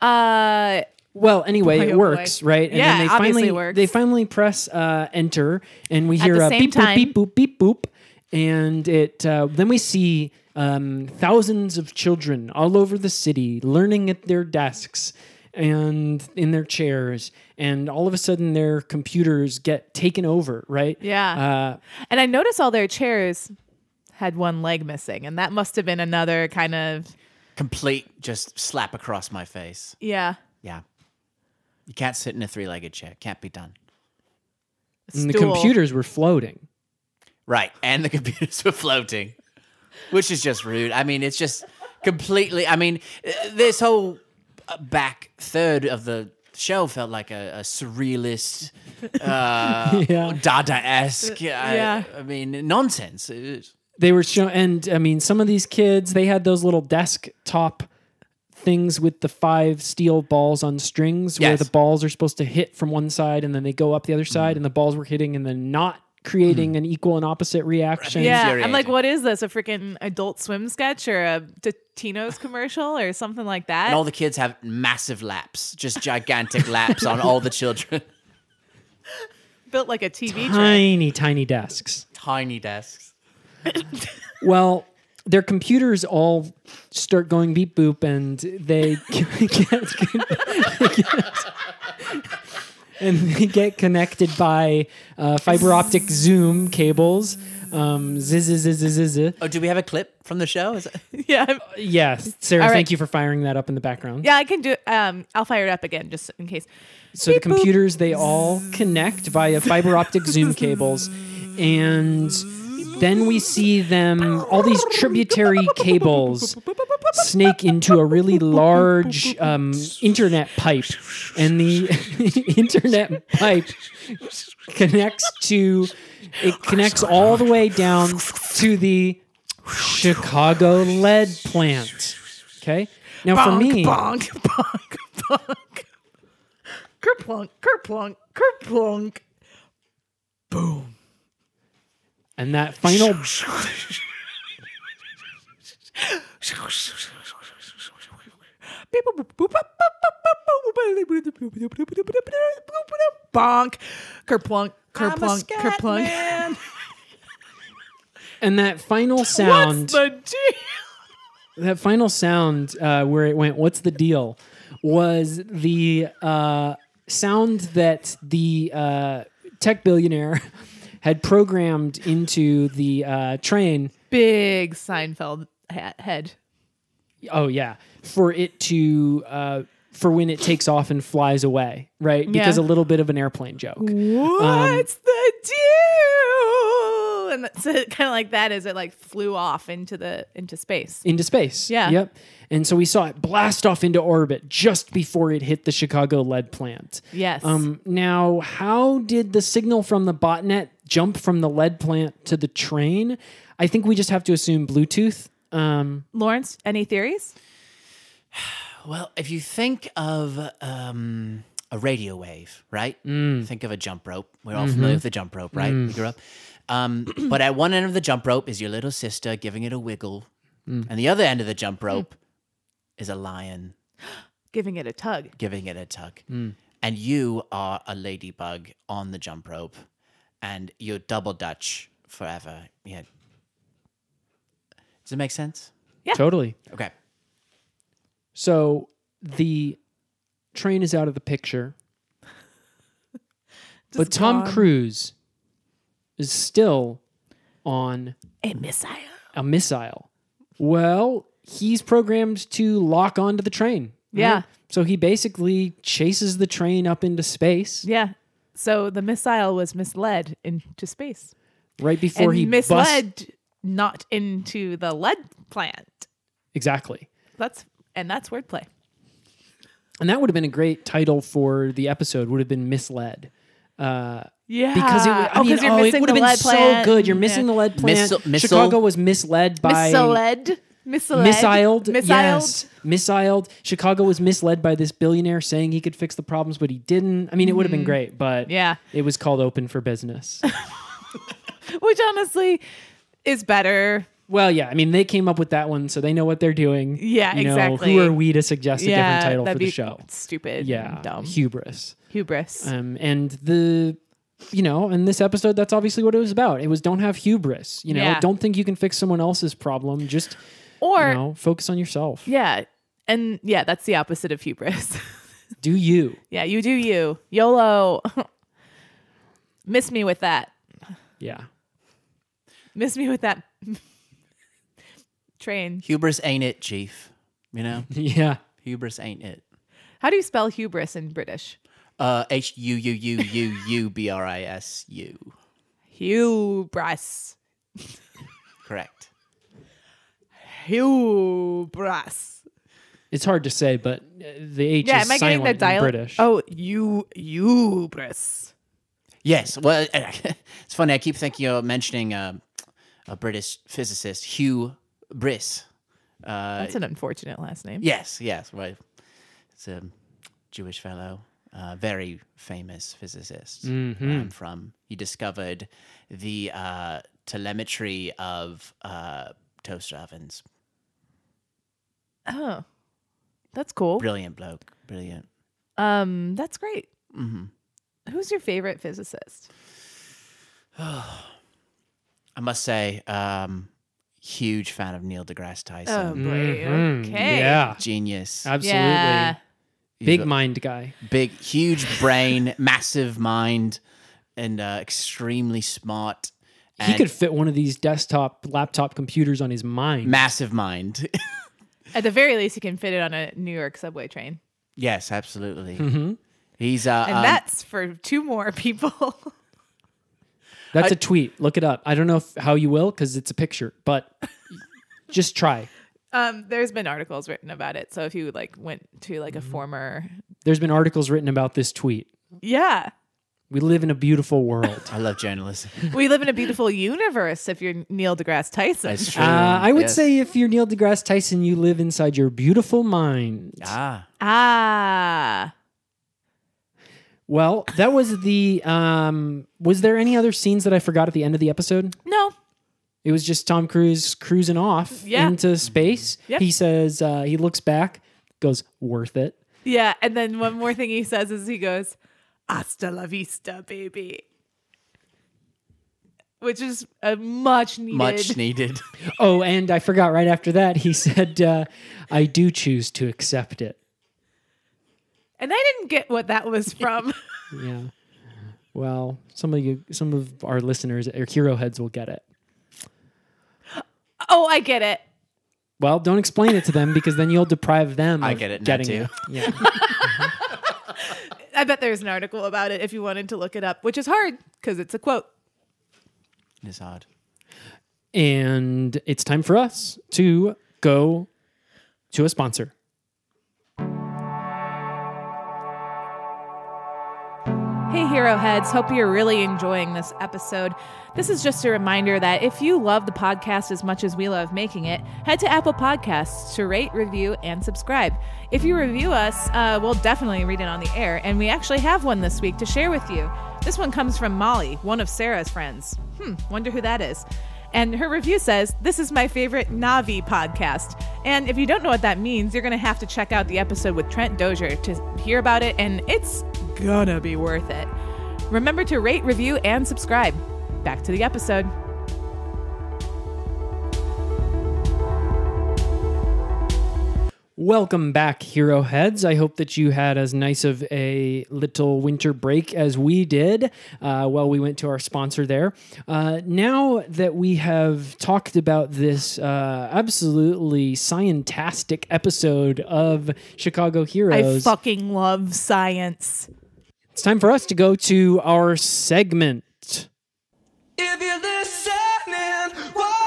Speaker 2: Uh,
Speaker 1: Well, anyway,
Speaker 2: Oh,
Speaker 1: it
Speaker 2: boy.
Speaker 1: works, right? And
Speaker 2: Yeah,
Speaker 1: they
Speaker 2: obviously
Speaker 1: finally
Speaker 2: it works.
Speaker 1: they finally press uh, enter, and we hear
Speaker 2: the
Speaker 1: a
Speaker 2: same
Speaker 1: beep
Speaker 2: time-
Speaker 1: boop beep boop beep boop, and it uh, then we see um, thousands of children all over the city learning at their desks. and in their chairs, and all of a sudden their computers get taken over, right?
Speaker 2: Yeah.
Speaker 1: Uh,
Speaker 2: And I noticed all their chairs had one leg missing, and that must have been another kind of
Speaker 5: Complete just slap across my face.
Speaker 2: yeah.
Speaker 5: Yeah. You can't sit in a three legged chair. Can't be done.
Speaker 1: and the
Speaker 2: stool.
Speaker 1: computers were floating.
Speaker 5: Right. And the computers were floating, which is just rude. I mean, it's just completely. I mean, uh, this whole uh, back third of the show felt like a, a surrealist, uh,
Speaker 1: Yeah.
Speaker 5: Dada esque.
Speaker 2: yeah.
Speaker 5: I, mean, nonsense. It is-
Speaker 1: They were showing, and I mean, some of these kids they had those little desktop things with the five steel balls on strings, where
Speaker 5: Yes.
Speaker 1: the balls are supposed to hit from one side and then they go up the other side, and the balls were hitting and then not creating an equal and opposite reaction.
Speaker 2: Yeah, I'm
Speaker 5: infuriating.
Speaker 2: like, what is this? A freaking Adult Swim sketch or a Totino's commercial or something like that?
Speaker 5: And all the kids have massive laps, just gigantic laps on all the children.
Speaker 2: Built like a TV tray.
Speaker 1: Tiny, tiny desks.
Speaker 5: Tiny desks.
Speaker 1: Well, their computers all start going beep boop, and they get, and they get connected by uh, fiber optic Zoom cables. Um, zzz, zzz, zzz, zzz, zzz.
Speaker 5: Oh, do we have a clip from the show? Is it-
Speaker 2: Yeah, I'm-
Speaker 1: Yes, Sarah,
Speaker 2: All right.
Speaker 1: thank you for firing that up in the background.
Speaker 2: yeah, I can do. Um, I'll fire it up again just in case.
Speaker 1: So the
Speaker 2: Beep boop.
Speaker 1: computers they all connect via fiber optic Zoom cables, and then we see them all these tributary cables snake into a really large um, internet pipe, and the internet pipe connects to it connects all the way down to the Chicago lead plant. Okay, now for me.
Speaker 2: bonk, bonk, bonk, kerplunk, kerplunk, kerplunk.
Speaker 1: And that final.
Speaker 2: Bonk, kerplunk, kerplunk, kerplunk.
Speaker 1: And that final
Speaker 2: What's
Speaker 1: sound,
Speaker 2: the deal?
Speaker 1: that final sound uh, where it went, "What's the deal?" was the uh, sound that the uh, tech billionaire had programmed into the uh, train.
Speaker 2: Big Seinfeld hat head.
Speaker 1: Oh yeah, for it to uh, for when it takes off and flies away, right? Because a
Speaker 2: Yeah.
Speaker 1: little bit of an airplane joke.
Speaker 2: What's the deal? And that's it, kind of like that as it like flew off into the into space.
Speaker 1: into space.
Speaker 2: Yeah.
Speaker 1: Yep. And so we saw it blast off into orbit just before it hit the Chicago lead plant.
Speaker 2: Yes.
Speaker 1: Um, now, how did the signal from the botnet jump from the lead plant to the train? I think we just have to assume Bluetooth. Um,
Speaker 2: Lawrence, any theories?
Speaker 5: Well, if you think of um, a radio wave, right? Think of a jump rope. We're all familiar with the jump rope, right? We grew up. Um, but at one end of the jump rope is your little sister giving it a wiggle, and the other end of the jump rope is a lion
Speaker 2: Giving it a tug.
Speaker 5: giving it a tug. And you are a ladybug on the jump rope, and you're double Dutch forever. Yeah. Does it make sense?
Speaker 1: Totally.
Speaker 5: Okay.
Speaker 1: So the train is out of the picture, but Tom
Speaker 2: gone.
Speaker 1: Cruise is still on
Speaker 2: A missile.
Speaker 1: a missile. Well, he's programmed to lock onto the train. right?
Speaker 2: Yeah.
Speaker 1: So he basically chases the train up into space
Speaker 2: Yeah. So the missile was misled into space.
Speaker 1: right before
Speaker 2: and
Speaker 1: he bust-
Speaker 2: misled not into the lead plant.
Speaker 1: Exactly.
Speaker 2: That's and that's wordplay.
Speaker 1: And that would have been a great title for the episode. Would have been misled
Speaker 2: Yeah.
Speaker 1: because it, would, I
Speaker 2: oh,
Speaker 1: mean,
Speaker 2: 'cause you're
Speaker 1: oh, it
Speaker 2: missing
Speaker 1: would
Speaker 2: the
Speaker 1: have been
Speaker 2: lead
Speaker 1: so
Speaker 2: plant.
Speaker 1: good. You're
Speaker 2: Yeah.
Speaker 1: missing the lead plant.
Speaker 5: Missile- missile-
Speaker 1: Chicago was misled by
Speaker 2: Misled. Misled.
Speaker 1: missiled.
Speaker 2: Misiled.
Speaker 1: Yes, missiled. Chicago was misled by this billionaire saying he could fix the problems, but he didn't. I mean, it would have been great, but
Speaker 2: Mm-hmm. Yeah.
Speaker 1: it was called Open for Business.
Speaker 2: Which honestly is better.
Speaker 1: Well, yeah. I mean, they came up with that one, so they know what they're doing.
Speaker 2: Yeah,
Speaker 1: You know,
Speaker 2: exactly.
Speaker 1: Who are we to suggest a
Speaker 2: yeah.
Speaker 1: different title for
Speaker 2: that'd
Speaker 1: the
Speaker 2: be
Speaker 1: show?
Speaker 2: Stupid.
Speaker 1: Yeah,
Speaker 2: and dumb.
Speaker 1: hubris.
Speaker 2: Hubris.
Speaker 1: Um, and the, you know, in this episode, that's obviously what it was about. It was don't have hubris. You know,
Speaker 2: Yeah.
Speaker 1: don't think you can fix someone else's problem. Just
Speaker 2: or
Speaker 1: you know, focus on yourself.
Speaker 2: yeah, and yeah, that's the opposite of hubris.
Speaker 1: Do you?
Speaker 2: Yeah, you do you. YOLO. Miss me with that.
Speaker 1: Yeah.
Speaker 2: Miss me with that train.
Speaker 5: Hubris ain't it, Chief. You know,
Speaker 1: Yeah.
Speaker 5: hubris ain't it.
Speaker 2: How do you spell hubris in British?
Speaker 5: Uh, H U U U U U B R I S U.
Speaker 2: Hubris.
Speaker 5: Correct.
Speaker 2: Hubris.
Speaker 1: It's hard to say, but uh, the H
Speaker 2: Yeah,
Speaker 1: is
Speaker 2: am I getting
Speaker 1: silent
Speaker 2: the
Speaker 1: in
Speaker 2: dialect?
Speaker 1: British.
Speaker 2: Oh, you hubris.
Speaker 5: Yes. Well, it's funny. I keep thinking of mentioning uh, a British physicist, Hugh Briss.
Speaker 2: That's an unfortunate last name.
Speaker 5: Yes, yes. Right. It's a Jewish fellow, uh, very famous physicist
Speaker 2: Mm-hmm.
Speaker 5: where I'm from. He discovered the uh, telemetry of uh, toaster ovens.
Speaker 2: Oh, that's cool.
Speaker 5: Brilliant bloke. Brilliant.
Speaker 2: Um, that's great. Mm-hmm. Who's your favorite physicist?
Speaker 5: I must say, um, huge fan of Neil deGrasse
Speaker 2: Oh, Uh,
Speaker 5: Tyson.
Speaker 2: boy.
Speaker 1: Mm,
Speaker 2: Okay.
Speaker 1: Yeah.
Speaker 5: Genius.
Speaker 1: Absolutely.
Speaker 2: Yeah.
Speaker 5: He's
Speaker 1: Big
Speaker 5: a-
Speaker 1: mind guy.
Speaker 5: big, huge brain, massive mind, and uh, extremely smart.
Speaker 1: He
Speaker 5: and
Speaker 1: could fit one of these desktop laptop computers on his mind.
Speaker 5: massive mind.
Speaker 2: At the very least, you can fit it on a New York subway train.
Speaker 5: yes, absolutely. He's uh,
Speaker 2: Mm-hmm. And
Speaker 5: um,
Speaker 2: that's for two more people.
Speaker 1: That's
Speaker 5: I-
Speaker 1: a tweet. Look it up. I don't know if, how you will because it's a picture, but just try.
Speaker 2: um, there's been articles written about it. So if you like went to like a
Speaker 1: Mm-hmm.
Speaker 2: former,
Speaker 1: There's been articles written about this tweet.
Speaker 2: yeah,
Speaker 1: We live in a beautiful world.
Speaker 5: I love journalism.
Speaker 2: we live in a beautiful universe. If you're Neil deGrasse Tyson,
Speaker 5: That's true.
Speaker 1: Uh, I would
Speaker 5: Yes.
Speaker 1: say if you're Neil deGrasse Tyson, you live inside your beautiful mind.
Speaker 5: ah,
Speaker 2: ah,
Speaker 1: Well, that was the. Um, was there any other scenes that I forgot at the end of the episode?
Speaker 2: no,
Speaker 1: It was just Tom Cruise cruising off
Speaker 2: Yeah.
Speaker 1: into space.
Speaker 2: Yep.
Speaker 1: He says uh, he looks back, goes worth it.
Speaker 2: yeah. And then one more thing he says is he goes, "Hasta la vista, baby," which is a much needed.
Speaker 5: much needed.
Speaker 1: Oh, and I forgot right after that he said, uh, "I do choose to accept it."
Speaker 2: and I didn't get what that was from.
Speaker 1: Yeah. Well, some of you, some of our listeners or hero heads will get it.
Speaker 2: oh, I get it.
Speaker 1: Well, don't explain it to them because then you'll deprive them.
Speaker 5: I
Speaker 1: of
Speaker 5: get it now,
Speaker 1: getting
Speaker 5: too.
Speaker 1: it. Yeah.
Speaker 2: I bet there's an article about it if you wanted to look it up, which is hard because it's a quote.
Speaker 5: it's hard.
Speaker 1: and it's time for us to go to a sponsor.
Speaker 2: Hey, Hero Heads. Hope you're really enjoying this episode. This is just a reminder that if you love the podcast as much as we love making it, head to Apple Podcasts to rate, review, and subscribe. If you review us, uh, we'll definitely read it on the air, and we actually have one this week to share with you. This one comes from Molly, one of Sarah's friends. Hmm, wonder who that is. And her review says, This is my favorite Navi podcast. And if you don't know what that means, you're going to have to check out the episode with Trent Dozier to hear about it, and it's gonna be worth it. Remember to rate, review, and subscribe. Back to the episode.
Speaker 1: Welcome back, Hero Heads. I hope that you had as nice of a little winter break as we did uh, while we went to our sponsor there. Uh, now that we have talked about this uh, absolutely scientastic episode of Chicago
Speaker 2: I
Speaker 1: Heroes,
Speaker 2: fucking love science.
Speaker 1: it's time for us to go to our segment.
Speaker 6: If you're listening, whoa.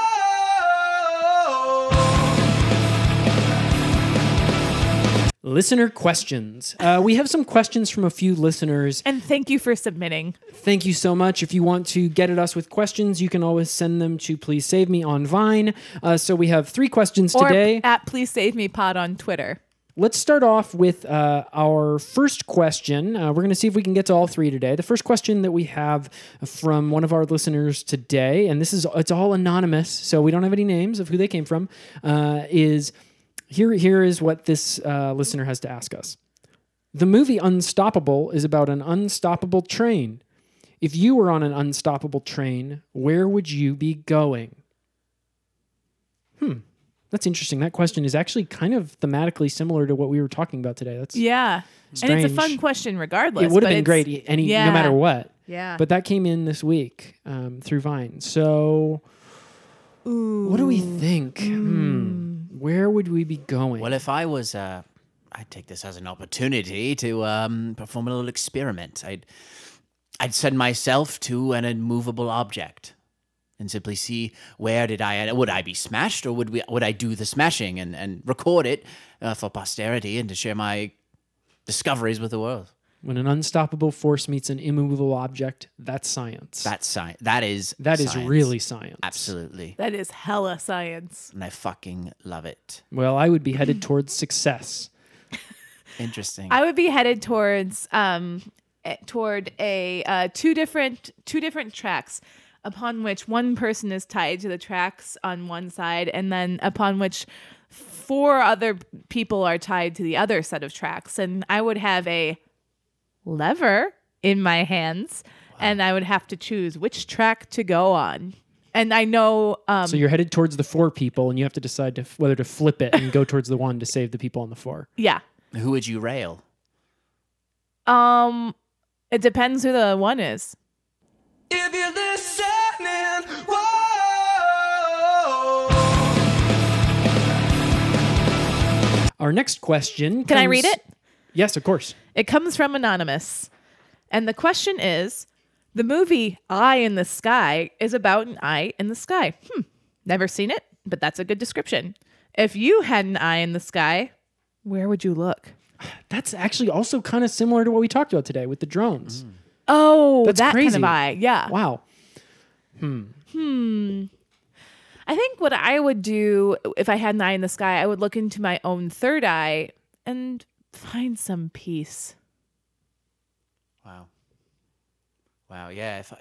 Speaker 1: Listener questions. Uh, we have some questions from a few listeners.
Speaker 2: And thank you for submitting.
Speaker 1: Thank you so much. If you want to get at us with questions, you can always send them to Please Save Me on Vine. Uh, so we have three questions today.
Speaker 2: Or at Please Save Me Pod on Twitter.
Speaker 1: Let's start off with uh, our first question. Uh, we're going to see if we can get to all three today. The first question that we have from one of our listeners today, and this is it's all anonymous, so we don't have any names of who they came from, uh, is here. Here is what this uh, listener has to ask us. The movie Unstoppable is about an unstoppable train. If you were on an unstoppable train, where would you be going? Hmm. That's interesting. That question is actually kind of thematically similar to what we were talking about today. That's
Speaker 2: Yeah. And it's a fun
Speaker 1: Strange.
Speaker 2: question regardless.
Speaker 1: it would
Speaker 2: but
Speaker 1: have been
Speaker 2: it's-
Speaker 1: great e- any
Speaker 2: yeah.
Speaker 1: no matter what.
Speaker 2: Yeah.
Speaker 1: But that came in this week um, through Vine. So what do we think?
Speaker 2: Mm.
Speaker 1: Hmm. Where would we be going?
Speaker 5: Well, if I was, uh, I'd take this as an opportunity to um, perform a little experiment. I'd, I'd send myself to an immovable object, and simply see where did I would I be smashed, or would we would I do the smashing and and record it uh, for posterity and to share my discoveries with the world.
Speaker 1: when an unstoppable force meets an immovable object, that's science.
Speaker 5: That's science. That is
Speaker 1: that is
Speaker 5: science.
Speaker 1: really science.
Speaker 5: absolutely,
Speaker 2: That is hella science.
Speaker 5: and I fucking love it.
Speaker 1: Well, I would be headed towards success.
Speaker 5: Interesting.
Speaker 2: I would be headed towards um eh, toward a uh, two different two different tracks upon which one person is tied to the tracks on one side and then upon which four other people are tied to the other set of tracks and I would have a lever in my hands and I would have to choose which track to go on. And I know um
Speaker 1: So you're headed towards the four people, and you have to decide to f- whether to flip it and go towards the one to save the people on the four.
Speaker 2: yeah.
Speaker 5: Who would you rail?
Speaker 2: Um it depends who the one is.
Speaker 6: If you're listening, whoa.
Speaker 1: Our next question.
Speaker 2: Can I
Speaker 1: comes-
Speaker 2: read it?
Speaker 1: Yes, of course.
Speaker 2: It comes from Anonymous. And the question is the movie Eye in the Sky is about an eye in the sky. Hmm. Never seen it, but that's a good description. If you had an eye in the sky, where would you look?
Speaker 1: That's actually also kind of similar to what we talked about today with the drones.
Speaker 5: Mm.
Speaker 2: Oh,
Speaker 1: That's
Speaker 2: that kind
Speaker 1: crazy.
Speaker 2: of eye. Yeah.
Speaker 1: Wow.
Speaker 2: I think what I would do if I had an eye in the sky, I would look into my own third eye and find some peace.
Speaker 5: Wow. Wow. Yeah. If I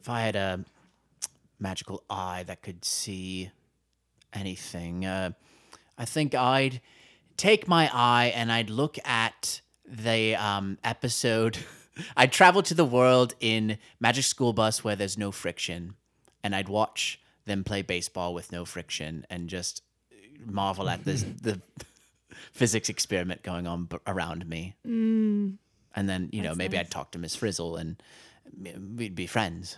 Speaker 5: if I had a magical eye that could see anything, uh, I think I'd take my eye and I'd look at the um, episode. I'd travel to the world in Magic School Bus where there's no friction, and I'd watch them play baseball with no friction and just marvel at this, the physics experiment going on b- around me and then you know maybe I'd talk to Miss Frizzle and m- we'd be friends.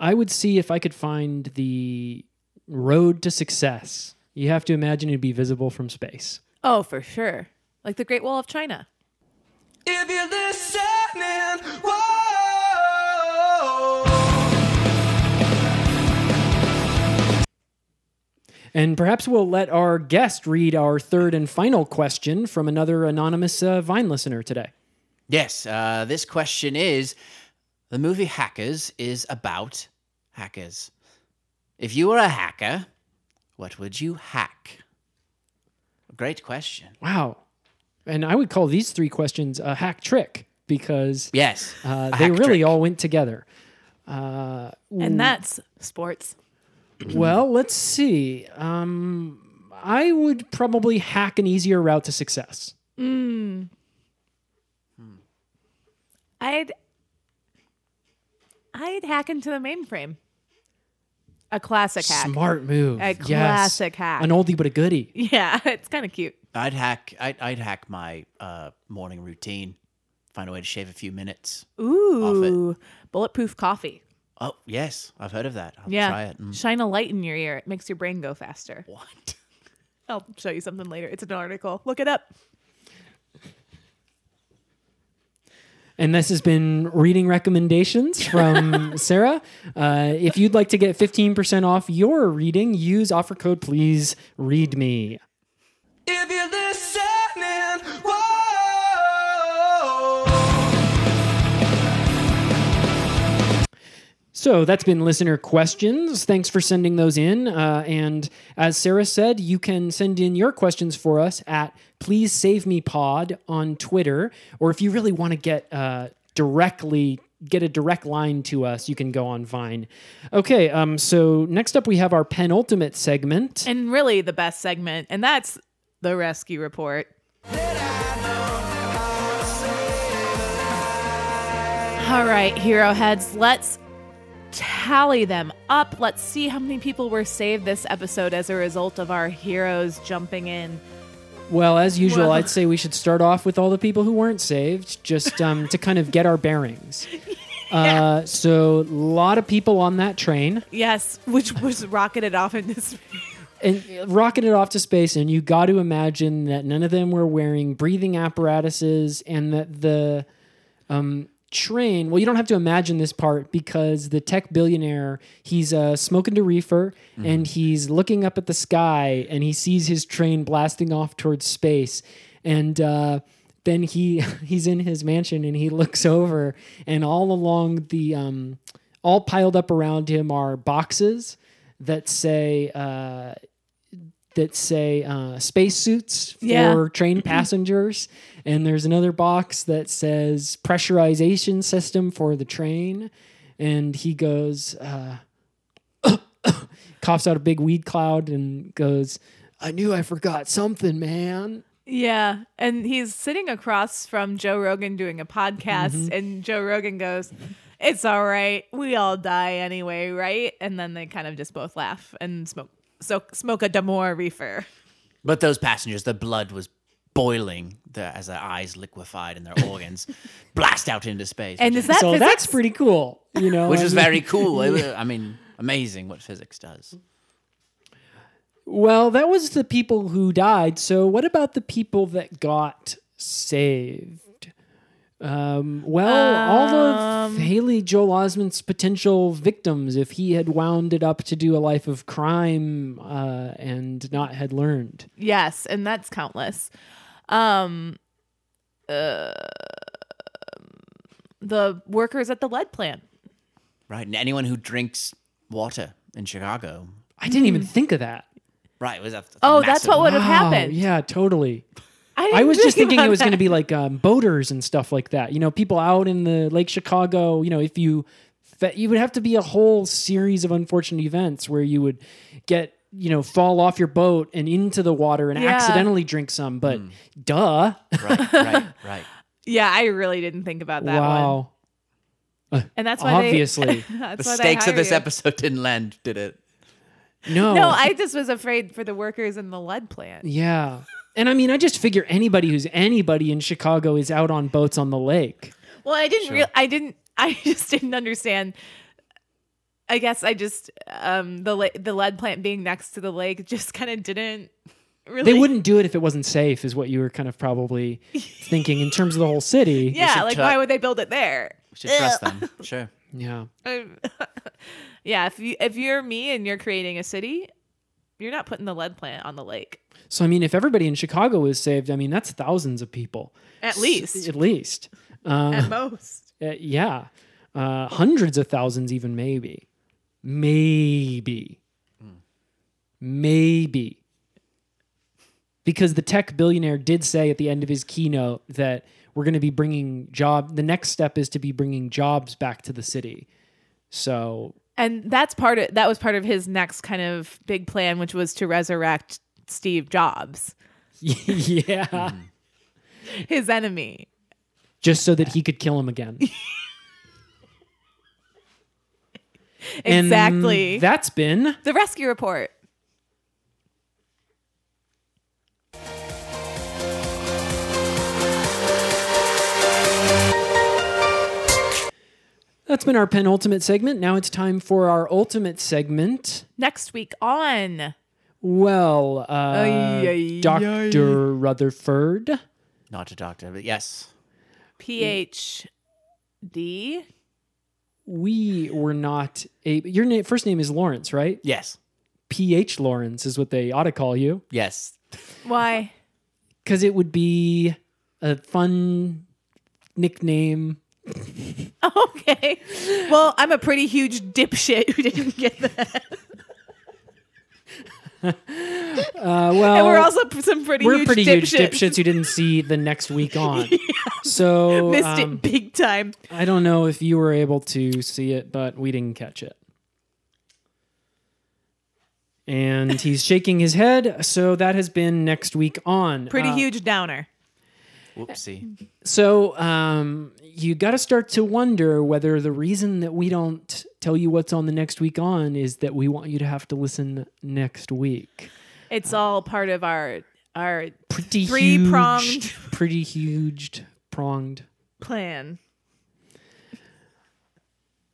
Speaker 1: I would see if I could find the road to success. You have to imagine it'd be visible from space.
Speaker 2: Oh, for sure. Like the Great Wall of China.
Speaker 6: If you're listening, whoa.
Speaker 1: And perhaps we'll let our guest read our third and final question from another anonymous uh, Vine listener today.
Speaker 5: Yes, uh, this question is the movie Hackers is about hackers. If you were a hacker, what would you hack? Great question.
Speaker 1: Wow. And I would call these three questions a hack trick because
Speaker 5: Yes,
Speaker 1: uh,
Speaker 5: a
Speaker 1: they
Speaker 5: hack
Speaker 1: really
Speaker 5: trick.
Speaker 1: all went together.
Speaker 2: And that's sports.
Speaker 1: Well, let's see. Um, I would probably hack an easier route to success.
Speaker 2: I'd I'd hack into the mainframe. A classic hack.
Speaker 1: Smart move.
Speaker 2: A
Speaker 1: Yes.
Speaker 2: classic hack.
Speaker 1: An oldie but a goodie.
Speaker 2: Yeah, it's kind of cute.
Speaker 5: I'd hack. I'd, I'd hack my uh, morning routine. Find a way to shave a few minutes.
Speaker 2: Ooh, bulletproof coffee.
Speaker 5: Oh yes, I've heard of that. I'll
Speaker 2: Yeah,
Speaker 5: try it. Mm.
Speaker 2: shine a light in your ear. It makes your brain go faster.
Speaker 5: What?
Speaker 2: I'll show you something later. It's an article. Look it up.
Speaker 1: And this has been reading recommendations from Sarah. Uh, if you'd like to get 15% off your reading, use offer code please read me.
Speaker 6: If you're listening, whoa.
Speaker 1: So that's been listener questions. Thanks for sending those in. Uh, and as Sarah said, you can send in your questions for us at Please Save Me Pod on Twitter. Or if you really want to get uh, directly get a direct line to us, you can go on Vine. Okay. Um. So next up, we have our penultimate segment.
Speaker 2: And really, the best segment, and that's the rescue report. All right, hero heads, let's tally them up. Let's see how many people were saved this episode as a result of our heroes jumping in.
Speaker 1: Well, as usual,
Speaker 2: Well-
Speaker 1: I'd say we should start off with all the people who weren't saved, just um, to kind of get our bearings. Uh, so, a lot of people on that train
Speaker 2: Yes, which was rocketed off in this.
Speaker 1: and rocketed off to space, and you got to imagine that none of them were wearing breathing apparatuses, and that the um, train. Well, you don't have to imagine this part because the tech billionaire he's uh, smoking to reefer and he's looking up at the sky and he sees his train blasting off towards space, and uh, then he he's in his mansion and he looks over and all along the um, all piled up around him are boxes that say. Uh, that say uh, spacesuits for
Speaker 2: Yeah.
Speaker 1: train passengers, and there's another box that says pressurization system for the train, and he goes, uh, coughs out a big weed cloud and goes, "I knew I forgot something, man."
Speaker 2: Yeah, and he's sitting across from Joe Rogan doing a podcast, and Joe Rogan goes, "It's all right, we all die anyway, right?" And then they kind of just both laugh and smoke. So smoke a Damore reefer.
Speaker 5: But those passengers, their blood was boiling their, as their eyes liquefied and their organs blast out into space.
Speaker 2: And
Speaker 5: which,
Speaker 2: is that
Speaker 1: so
Speaker 2: physics?
Speaker 1: that's pretty cool, you know.
Speaker 5: which
Speaker 1: I
Speaker 5: was
Speaker 1: mean-
Speaker 5: very cool. It was- I mean, amazing what physics does.
Speaker 1: well. That was the people who died. So what about the people that got saved? Um, well, all
Speaker 2: Um,
Speaker 1: of Haley Joel Osment's potential victims, if he had wound it up to do a life of crime uh, and not had learned.
Speaker 2: Yes, and that's countless. Um, uh, the workers at the lead plant.
Speaker 5: Right. And anyone who drinks water in Chicago.
Speaker 1: I didn't even think of that.
Speaker 5: Right. It was a,
Speaker 2: Oh, that's Hmm. what would have
Speaker 1: Wow,
Speaker 2: happened.
Speaker 1: Yeah, totally.
Speaker 2: didn't
Speaker 1: I was just
Speaker 2: think
Speaker 1: thinking it
Speaker 2: about
Speaker 1: was going to
Speaker 2: that.
Speaker 1: be like um, boaters and stuff like that. You know, people out in the Lake Chicago. You know, if you fe- you would have to be a whole series of unfortunate events where you would get you know fall off your boat and into the water and
Speaker 2: Yeah.
Speaker 1: accidentally drink some. But duh,
Speaker 5: Right, right, right.
Speaker 2: Yeah, I really didn't think about that
Speaker 1: wow.
Speaker 2: one. And that's why they-
Speaker 1: Obviously,
Speaker 2: that's
Speaker 5: The
Speaker 2: why they
Speaker 5: stakes of
Speaker 2: hire
Speaker 5: this
Speaker 2: you.
Speaker 5: episode didn't land, did it?
Speaker 1: no,
Speaker 2: No, I just was afraid for the workers in the lead plant.
Speaker 1: Oh. yeah. And I mean, I just figure anybody who's anybody in Chicago is out on boats on the lake.
Speaker 2: Well, I didn't real I didn't I just didn't understand I guess I just um the la- the lead plant being next to the lake just kind of didn't really
Speaker 1: They wouldn't do it if it wasn't safe, is what you were kind of probably thinking in terms of the whole city.
Speaker 2: Yeah,
Speaker 5: should
Speaker 2: like
Speaker 5: cut-
Speaker 2: why would they build it there?
Speaker 5: We should trust them. Sure.
Speaker 1: Yeah.
Speaker 2: Um, yeah, if you if you're me and you're creating a city, you're not putting the lead plant on the lake.
Speaker 1: So I mean, if everybody in Chicago is saved, I mean that's thousands of people.
Speaker 2: At least.
Speaker 1: At least. Uh,
Speaker 2: At most.
Speaker 1: uh, yeah. Uh, hundreds of thousands, even maybe. Maybe. Maybe. Because the tech billionaire did say at the end of his keynote that we're going to be bringing job. The next step is to be bringing jobs back to the city. So
Speaker 2: And that's part of that was part of his next kind of big plan, which was to resurrect Steve Jobs,
Speaker 1: yeah,
Speaker 2: his enemy.
Speaker 1: just so that he could kill him again. And
Speaker 2: Exactly.
Speaker 1: that's been.
Speaker 2: the rescue report.
Speaker 1: That's been our penultimate segment. Now it's time for our ultimate segment.
Speaker 2: Next week on.
Speaker 1: Well, uh,
Speaker 2: Ay, ay,
Speaker 1: Dr. Rutherford.
Speaker 5: Not a doctor, but yes.
Speaker 2: PhD.
Speaker 1: We were not a. Your name, first name is Lawrence, right?
Speaker 5: Yes.
Speaker 1: PH Lawrence is what they ought to call you.
Speaker 5: Yes.
Speaker 2: Why?
Speaker 1: Because it would be a fun nickname.
Speaker 2: Okay. Well, I'm a pretty huge dipshit who didn't get that.
Speaker 1: Uh, well,
Speaker 2: And we're also p- some pretty
Speaker 1: we're
Speaker 2: huge
Speaker 1: pretty
Speaker 2: dipshits.
Speaker 1: huge dipshits who didn't see the next week on. So
Speaker 2: Missed
Speaker 1: um,
Speaker 2: it big time.
Speaker 1: I don't know if you were able to see it, but we didn't catch it. And he's shaking his head. So that has been next week on.
Speaker 2: Pretty
Speaker 1: Uh,
Speaker 2: huge downer. Mm-hmm.
Speaker 5: Whoopsie.
Speaker 1: So um, you got to start to wonder whether the reason that we don't tell you what's on the next week on is that we want you to have to listen next week.
Speaker 2: It's all part of our our
Speaker 1: Pretty huge,
Speaker 2: Three-pronged.
Speaker 1: pretty huge pronged.
Speaker 2: plan.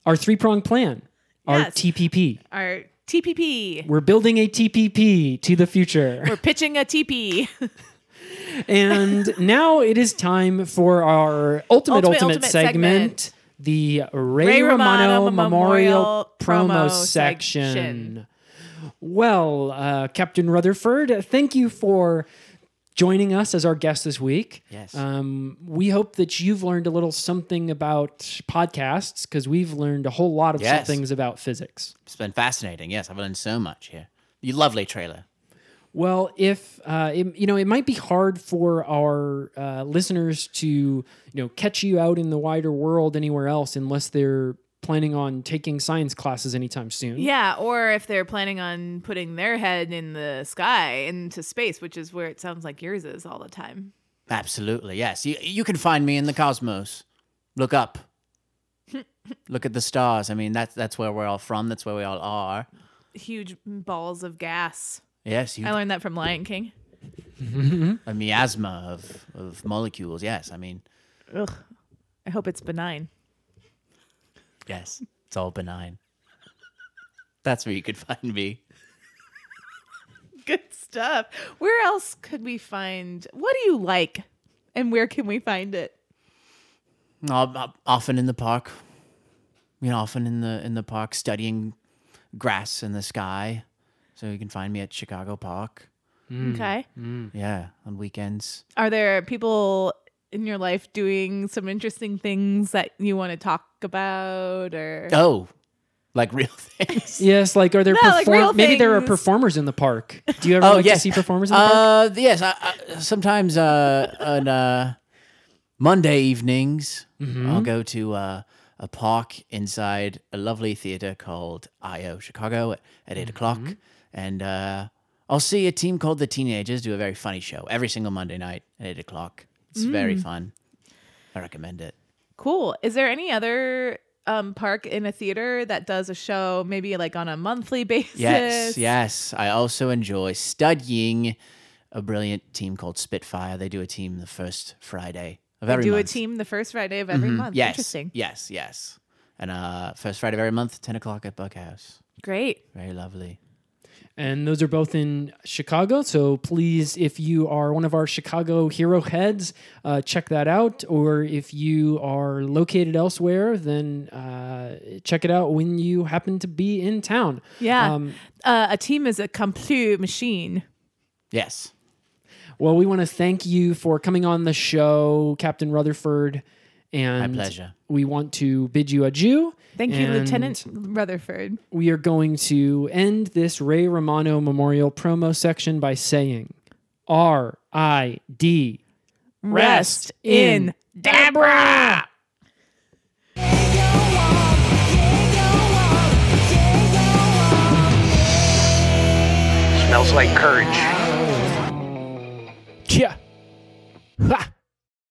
Speaker 1: Our three pronged plan. Our
Speaker 2: Yes.
Speaker 1: TPP.
Speaker 2: Our TPP.
Speaker 1: We're building a TPP to the future.
Speaker 2: We're pitching a TP.
Speaker 1: And now it is time for our ultimate ultimate,
Speaker 2: Ultimate, ultimate
Speaker 1: segment,
Speaker 2: segment.
Speaker 1: the Ray,
Speaker 2: Ray
Speaker 1: Romano, Memorial
Speaker 2: Romano Memorial
Speaker 1: Promo
Speaker 2: Promo
Speaker 1: Section.
Speaker 2: Section.
Speaker 1: Well, uh, Captain Rutherford, thank you for joining us as our guest this week.
Speaker 5: Yes.
Speaker 2: Uh,
Speaker 1: Um, we hope that you've learned a little something about podcasts because we've learned a whole lot of
Speaker 5: Yes.
Speaker 1: things about physics.
Speaker 5: It's been fascinating. Yes, I've learned so much here. You lovely trailer.
Speaker 1: Well, if uh, it, you know, it might be hard for our uh, listeners to you know catch you out in the wider world anywhere else unless they're planning on taking science classes anytime soon.
Speaker 2: yeah, or if they're planning on putting their head in the sky into space, which is where it sounds like yours is all the time.
Speaker 5: Absolutely. Yes. You, you can find me in the cosmos. Look up. Look at the stars. I mean, that's that's where we're all from. That's where we all are.
Speaker 2: Huge balls of gas.
Speaker 5: Yes, you,
Speaker 2: I learned that from Lion King.
Speaker 5: a miasma of, of molecules. Yes, I mean,
Speaker 2: Ugh. I hope it's benign.
Speaker 5: yes, it's all benign. That's where you could find me.
Speaker 2: Good stuff. Where else could we find? What do you like? And where can we find it?
Speaker 5: Ob- ob- Often in the park, you know, often in the in the park studying grass and the sky. So you can find me at Chicago Park.
Speaker 2: Mm. Okay.
Speaker 5: Yeah, on weekends.
Speaker 2: Are there people in your life doing some interesting things that you want to talk about or
Speaker 5: Oh, like real things.
Speaker 1: Yes, like are there
Speaker 2: No, like
Speaker 1: perform-
Speaker 2: real
Speaker 1: maybe there are
Speaker 2: things. Oh, Um,
Speaker 1: performers in the park. Do you ever like to see performers in the park?
Speaker 5: Oh, uh, Yes, I, I, sometimes uh, on uh, Monday evenings,
Speaker 1: Mm-hmm.
Speaker 5: I'll go to uh, a park inside a lovely theater called I.O. Chicago at, at 8 o'clock.
Speaker 1: Mm-hmm.
Speaker 5: And uh, I'll see a team called The Teenagers do a very funny show every single Monday night at 8 o'clock. It's
Speaker 1: Mm.
Speaker 5: very fun. I recommend it.
Speaker 2: cool? Is there any other um, park in a theater that does a show maybe like on a monthly basis?
Speaker 5: Yes, yes. I also enjoy studying a brilliant team called Spitfire. They do a team the first Friday of every
Speaker 2: Do
Speaker 5: month.
Speaker 2: a team the first Friday of every month.
Speaker 5: Yes.
Speaker 2: Interesting.
Speaker 5: Yes, yes. And uh, first Friday of every month, 10 o'clock at Buckhouse.
Speaker 2: Great.
Speaker 5: Very lovely.
Speaker 1: And those are both in Chicago. So please, if you are one of our Chicago hero heads, uh, check that out. Or if you are located elsewhere, then uh, check it out when you happen to be in town.
Speaker 2: Yeah.
Speaker 1: Um,
Speaker 2: uh, a team is a complete machine.
Speaker 5: Yes.
Speaker 1: well, we want to thank you for coming on the show, Captain Rutherford. And
Speaker 5: pleasure.
Speaker 1: We want to bid you adieu.
Speaker 2: Thank you,
Speaker 1: and
Speaker 2: Lieutenant Rutherford.
Speaker 1: We are going to end this Ray Romano Memorial promo section by saying R I D. Rest in
Speaker 2: Deborah.
Speaker 4: Smells like courage.
Speaker 1: Yeah. Ha!